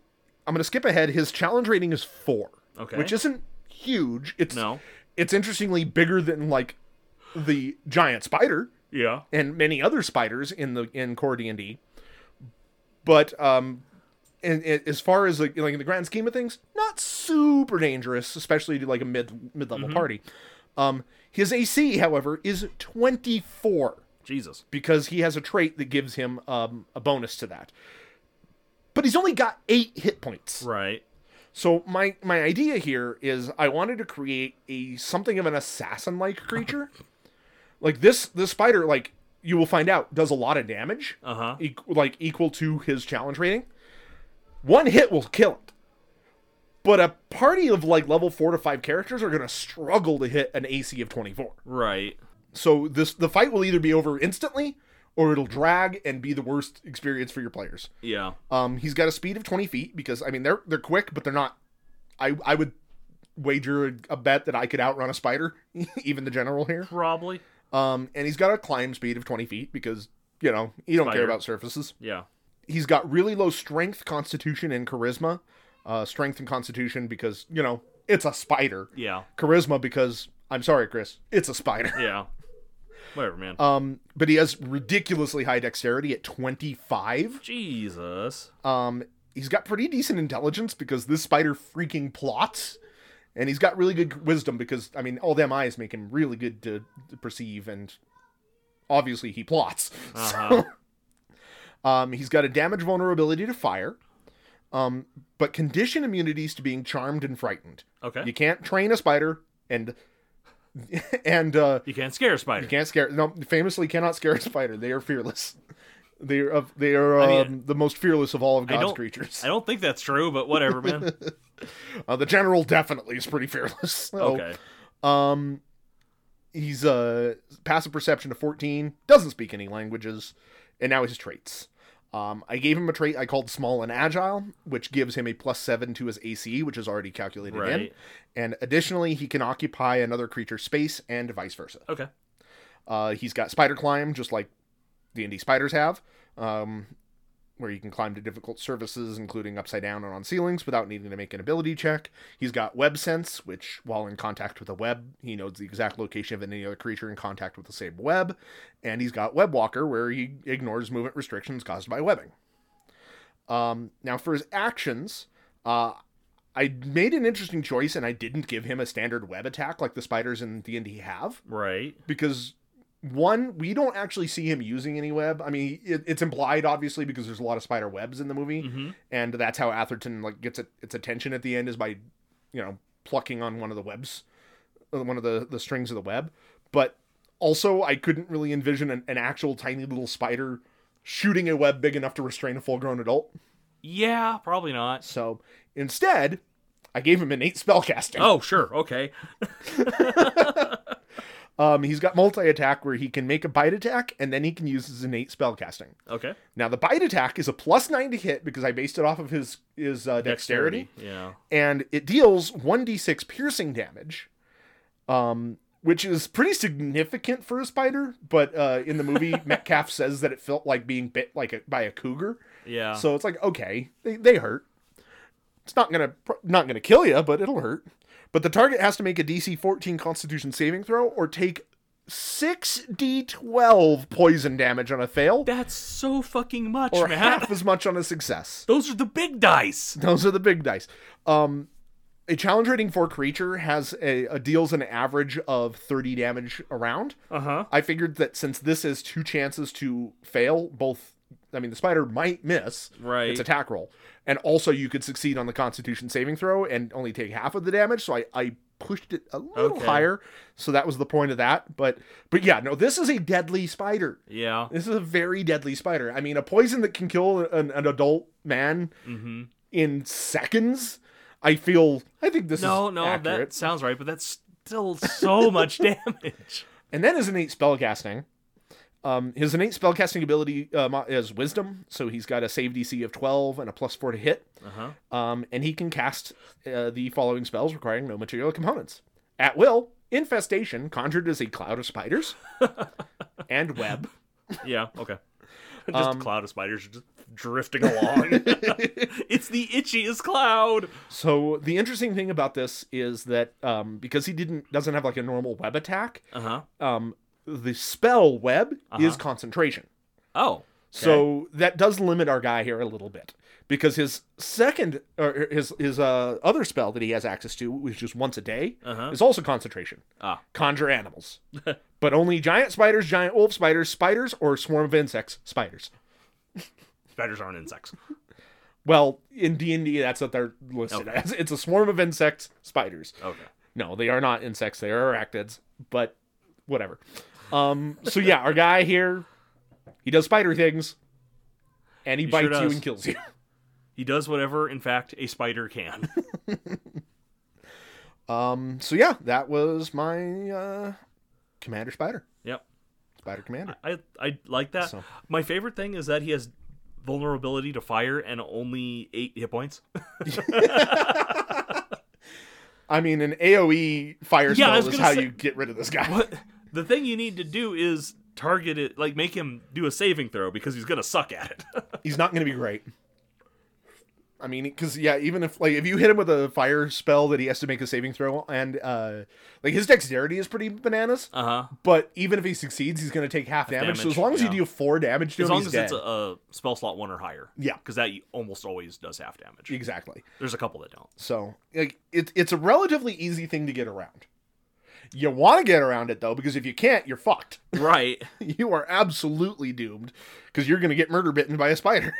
I'm going to skip ahead. His challenge rating is four,
Okay.
which isn't huge. It's
No.
It's interestingly bigger than like the giant spider
Yeah.
and many other spiders in the in core D and D. But um, and, and as far as like, like in the grand scheme of things, not super dangerous, especially to like a mid mid level
Mm-hmm.
party. Um, his AC, however, is twenty four
Jesus.
because he has a trait that gives him um, a bonus to that. But he's only got eight hit points.
Right.
So my my idea here is I wanted to create a something of an assassin like creature. like this this spider like you will find out does a lot of damage.
Uh-huh.
eq- like equal to his challenge rating. One hit will kill it. But a party of like level 4 to 5 characters are going to struggle to hit an AC of 24.
Right.
So this the fight will either be over instantly or it'll drag and be the worst experience for your players.
Yeah.
Um, he's got a speed of 20 feet because I mean they're they're quick, but they're not. I I would wager a, a bet that I could outrun a spider, even the general here.
Probably.
Um, and he's got a climb speed of 20 feet because you know you don't care
Spider.
about surfaces.
Yeah.
He's got really low strength, constitution, and charisma. Uh, strength and constitution because you know it's a spider.
Yeah.
Charisma because I'm sorry, Chris, it's a spider.
Yeah. Whatever, man.
Um, but he has ridiculously high dexterity at 25.
Jesus.
Um, he's got pretty decent intelligence because this spider freaking plots, and he's got really good wisdom because I mean, all them eyes make him really good to, to perceive, and obviously he plots.
Uh-huh.
So, um, he's got a damage vulnerability to fire, um, but condition immunities to being charmed and frightened.
Okay.
You
You,
can't train a spider, and and uh,
can't scare a spider.
you can't scare. No, famously cannot scare a spider. They are fearless. They are of. They are um,
I mean,
the most fearless of all of
I
God's
don't-
creatures.
I don't think that's true, but whatever, man.
Uh, the general definitely is pretty fearless. So,
Okay.
Um, he's uh passive perception of fourteen. Doesn't speak any languages, and now his traits. Um, I gave him a trait I called small and agile, which gives him a plus seven to his AC, which is already calculated in.
Right.
And additionally, he can occupy another creature's space and vice versa.
Okay.
Uh, he's got spider climb, just like D and D spiders have, um, where you can climb to difficult surfaces, including upside down and on ceilings, without needing to make an ability check. He's got web sense, which, while in contact with a web, he knows the exact location of any other creature in contact with the same web. And he's got web walker, where he ignores movement restrictions caused by webbing. Um, now, for his actions, uh, I made an interesting choice, and I didn't give him a standard web attack like the spiders in D and D have
Right.
because one, we don't actually see him using any web. I mean, it, it's implied obviously because there's a lot of spider webs in the movie,
Mhm.
and that's how Atherton like gets it, its attention at the end is by, you know, plucking on one of the webs, uh, one of the the strings of the web. But also, I couldn't really envision an, an actual tiny little spider shooting a web big enough to restrain a full grown adult.
Yeah, probably not.
So instead, I gave him innate spellcasting.
Oh, sure. Okay.
Um, he's got multi attack where he can make a bite attack and then he can use his innate spellcasting.
Okay.
Now the bite attack is a plus nine to hit because I based it off of his his uh, dexterity,
Yeah.
and it deals one d six piercing damage, um, which is pretty significant for a spider. But uh, in the movie, Metcalf says that it felt like being bit like a, by a cougar,
Yeah.
so it's like okay, they, they hurt. It's not gonna pr- not gonna kill you, but it'll hurt. But the target has to make a DC fourteen Constitution saving throw or take six d twelve poison damage on a fail
that's so fucking much,
or
man.
half as much on a success.
Those are the big dice.
Those are the big dice. Um, a challenge rating four creature has a, a deals an average of thirty damage around.
Uh huh.
I figured that since this is two chances to fail, both. I mean, the spider might miss
Right.
its attack roll, and also you could succeed on the Constitution saving throw and only take half of the damage. So I, I pushed it a little
Okay.
higher. So that was the point of that. But but yeah, no, this is a deadly spider.
Yeah.
This is a very deadly spider. I mean, a poison that can kill an, an adult man
Mhm.
in seconds. I feel. I think this
No,
is
no,
accurate.
that sounds right, but that's still so much damage.
And then as an eight spellcasting, Um, his innate spellcasting ability uh, mo- is Wisdom, so he's got a save DC of 12 and a plus 4 to hit. Uh-huh. Um, and he can cast uh, the following spells requiring no material components. At will, Infestation, conjured as a cloud of spiders, and Web.
Yeah, okay. Just
Um,
a cloud of spiders just drifting along. it's the itchiest cloud.
So the interesting thing about this is that um, because he didn't doesn't have like a normal web attack,
Uh huh.
um, the spell web is concentration.
Oh. Uh-huh. okay.
So that does limit our guy here a little bit because his second or his his uh, other spell that he has access to, which is once a day,
Uh-huh.
is also concentration.
Ah.
Conjure animals, but only giant spiders, giant wolf spiders, spiders, or swarm of insects, spiders.
spiders aren't insects.
Well, in D and D, that's what they're listed
Okay.
as. It's a swarm of insects, spiders.
Okay.
No, they are not insects. They are arachnids, but whatever. Um, so yeah, our guy here, he does spider things, and he,
He sure
bites you
does.
and kills you.
He does whatever, in fact, a spider can.
Um, so yeah, that was my uh, Commander Spider,
yep.
Spider Commander.
I I like that.
So-
My favorite thing is that he has vulnerability to fire and only eight hit points.
I mean, an AOE fire
Yeah, I was
spell is
gonna
how
say-
you get rid of this guy.
But the thing you need to do is target it, like make him do a saving throw because he's gonna suck at it.
He's not going to be great. I mean, because yeah, even if like if you hit him with a fire spell that he has to make a saving throw, and uh, like his dexterity is pretty bananas.
uh huh.
But even if he succeeds, he's going to take half damage. So
damage,
as long as
yeah.
you do four damage to
As
him,
long
he's
as
dead.
it's a, a spell slot one or higher.
Yeah.
Because that almost always does half damage.
Exactly.
There's a couple that don't.
So like it, it's a relatively easy thing to get around. You want to get around it though, because if you can't, you're fucked.
Right.
you are absolutely doomed, because you're going to get murder bitten by a spider.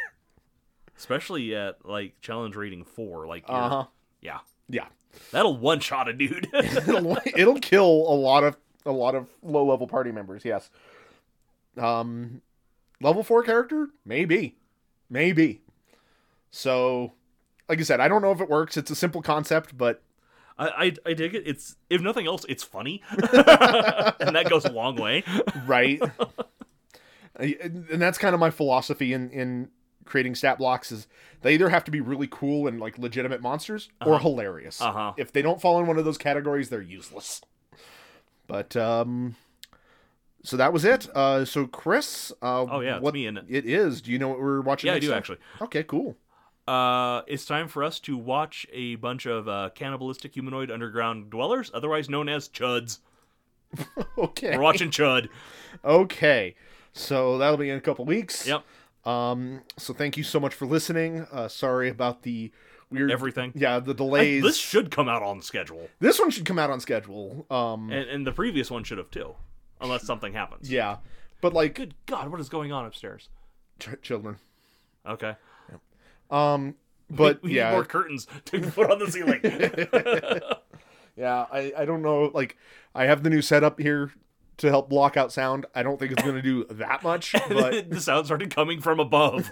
Especially at like challenge rating four. Like you're-
Uh-huh.
yeah,
yeah,
that'll one shot a dude.
it'll, it'll kill a lot of a lot of low level party members. Yes. Um, level four character, maybe, maybe. So, like I said, I don't know if it works. It's a simple concept, but
I, I I dig it. It's if nothing else, it's funny, and that goes a long way.
right I- and that's kind of my philosophy in in creating stat blocks is they either have to be really cool and like legitimate monsters or hilarious
Uh-huh.
if they don't fall in one of those categories they're useless but um so that was it uh so chris uh
Oh, yeah, it's
what
me, isn't it?
it is do you know what we're watching
Yeah, I
next
do
time?
actually.
okay cool
Uh, it's time for us to watch a bunch of uh, cannibalistic humanoid underground dwellers, otherwise known as chuds.
okay
We're watching chud.
okay so that'll be in a couple weeks
Yep.
um so thank you so much for listening uh sorry about the weird
Everything.
yeah the
I-
delays
this should come out on schedule,
This one should come out on schedule. Um,
and, and the previous one should have too, unless something happens.
yeah, but like
Good God, what is going on upstairs?
ch- children.
Okay.
Um, but
we need
yeah,
more curtains to put on the ceiling.
yeah. I I don't know. Like I have the new setup here to help block out sound. I don't think it's gonna do that much, but
the sound started coming from above.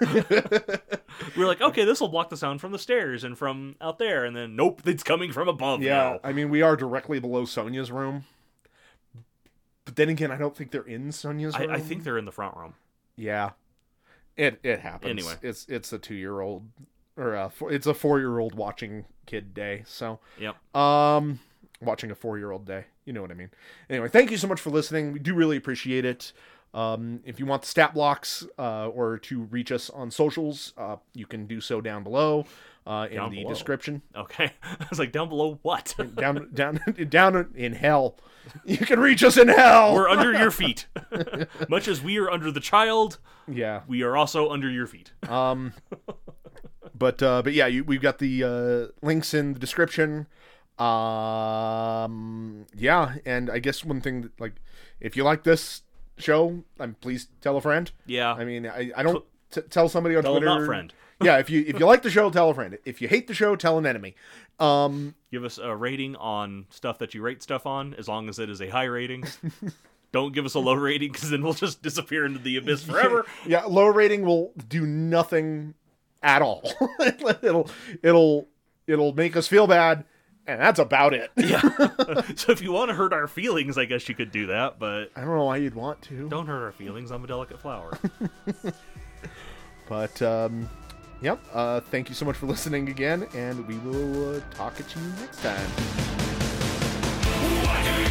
we are like, okay, this will block the sound from the stairs and from out there, and then nope, it's coming from above.
yeah.
now.
I mean, we are directly below Sonia's room. But then again, I don't think they're in Sonia's room.
I, I think they're in the front room.
yeah. It it happens.
Anyway.
it's it's a two year old or a, four- it's a four year old watching kid day. So
Yep.
Um, watching a four-year-old day. You know what I mean. Anyway, thank you so much for listening. We do really appreciate it. Um, if you want the stat blocks uh, or to reach us on socials, uh, you can do so down below uh, in
Down
the
below.
description.
Okay. I was like, down below what?
Down, down, down in hell. You can reach us in hell.
We're under your feet. Much as we are under the child,
yeah.
we are also under your feet.
Um, but uh, but yeah, you, we've got the uh, links in the description. Um, yeah, and I guess one thing that like, if you like this show, um, please tell a friend.
Yeah.
I mean, I, I don't t- tell somebody on
Tell a
Twitter.
not friend.
yeah, if you if you like the show, tell a friend. If you hate the show, tell an enemy. Um,
Give us a rating on stuff that you rate stuff on, as long as it is a high rating. Don't give us a low rating because then we'll just disappear into the abyss forever.
yeah, low rating will do nothing at all. it'll it'll it'll make us feel bad And that's about it. I
so if you want to hurt our feelings, I guess you could do that, but
don't know why you'd want to.
don't hurt our feelings. I'm a delicate flower.
But um, yep. Uh, thank you so much for listening again, and we will uh, talk at you next time.
What do you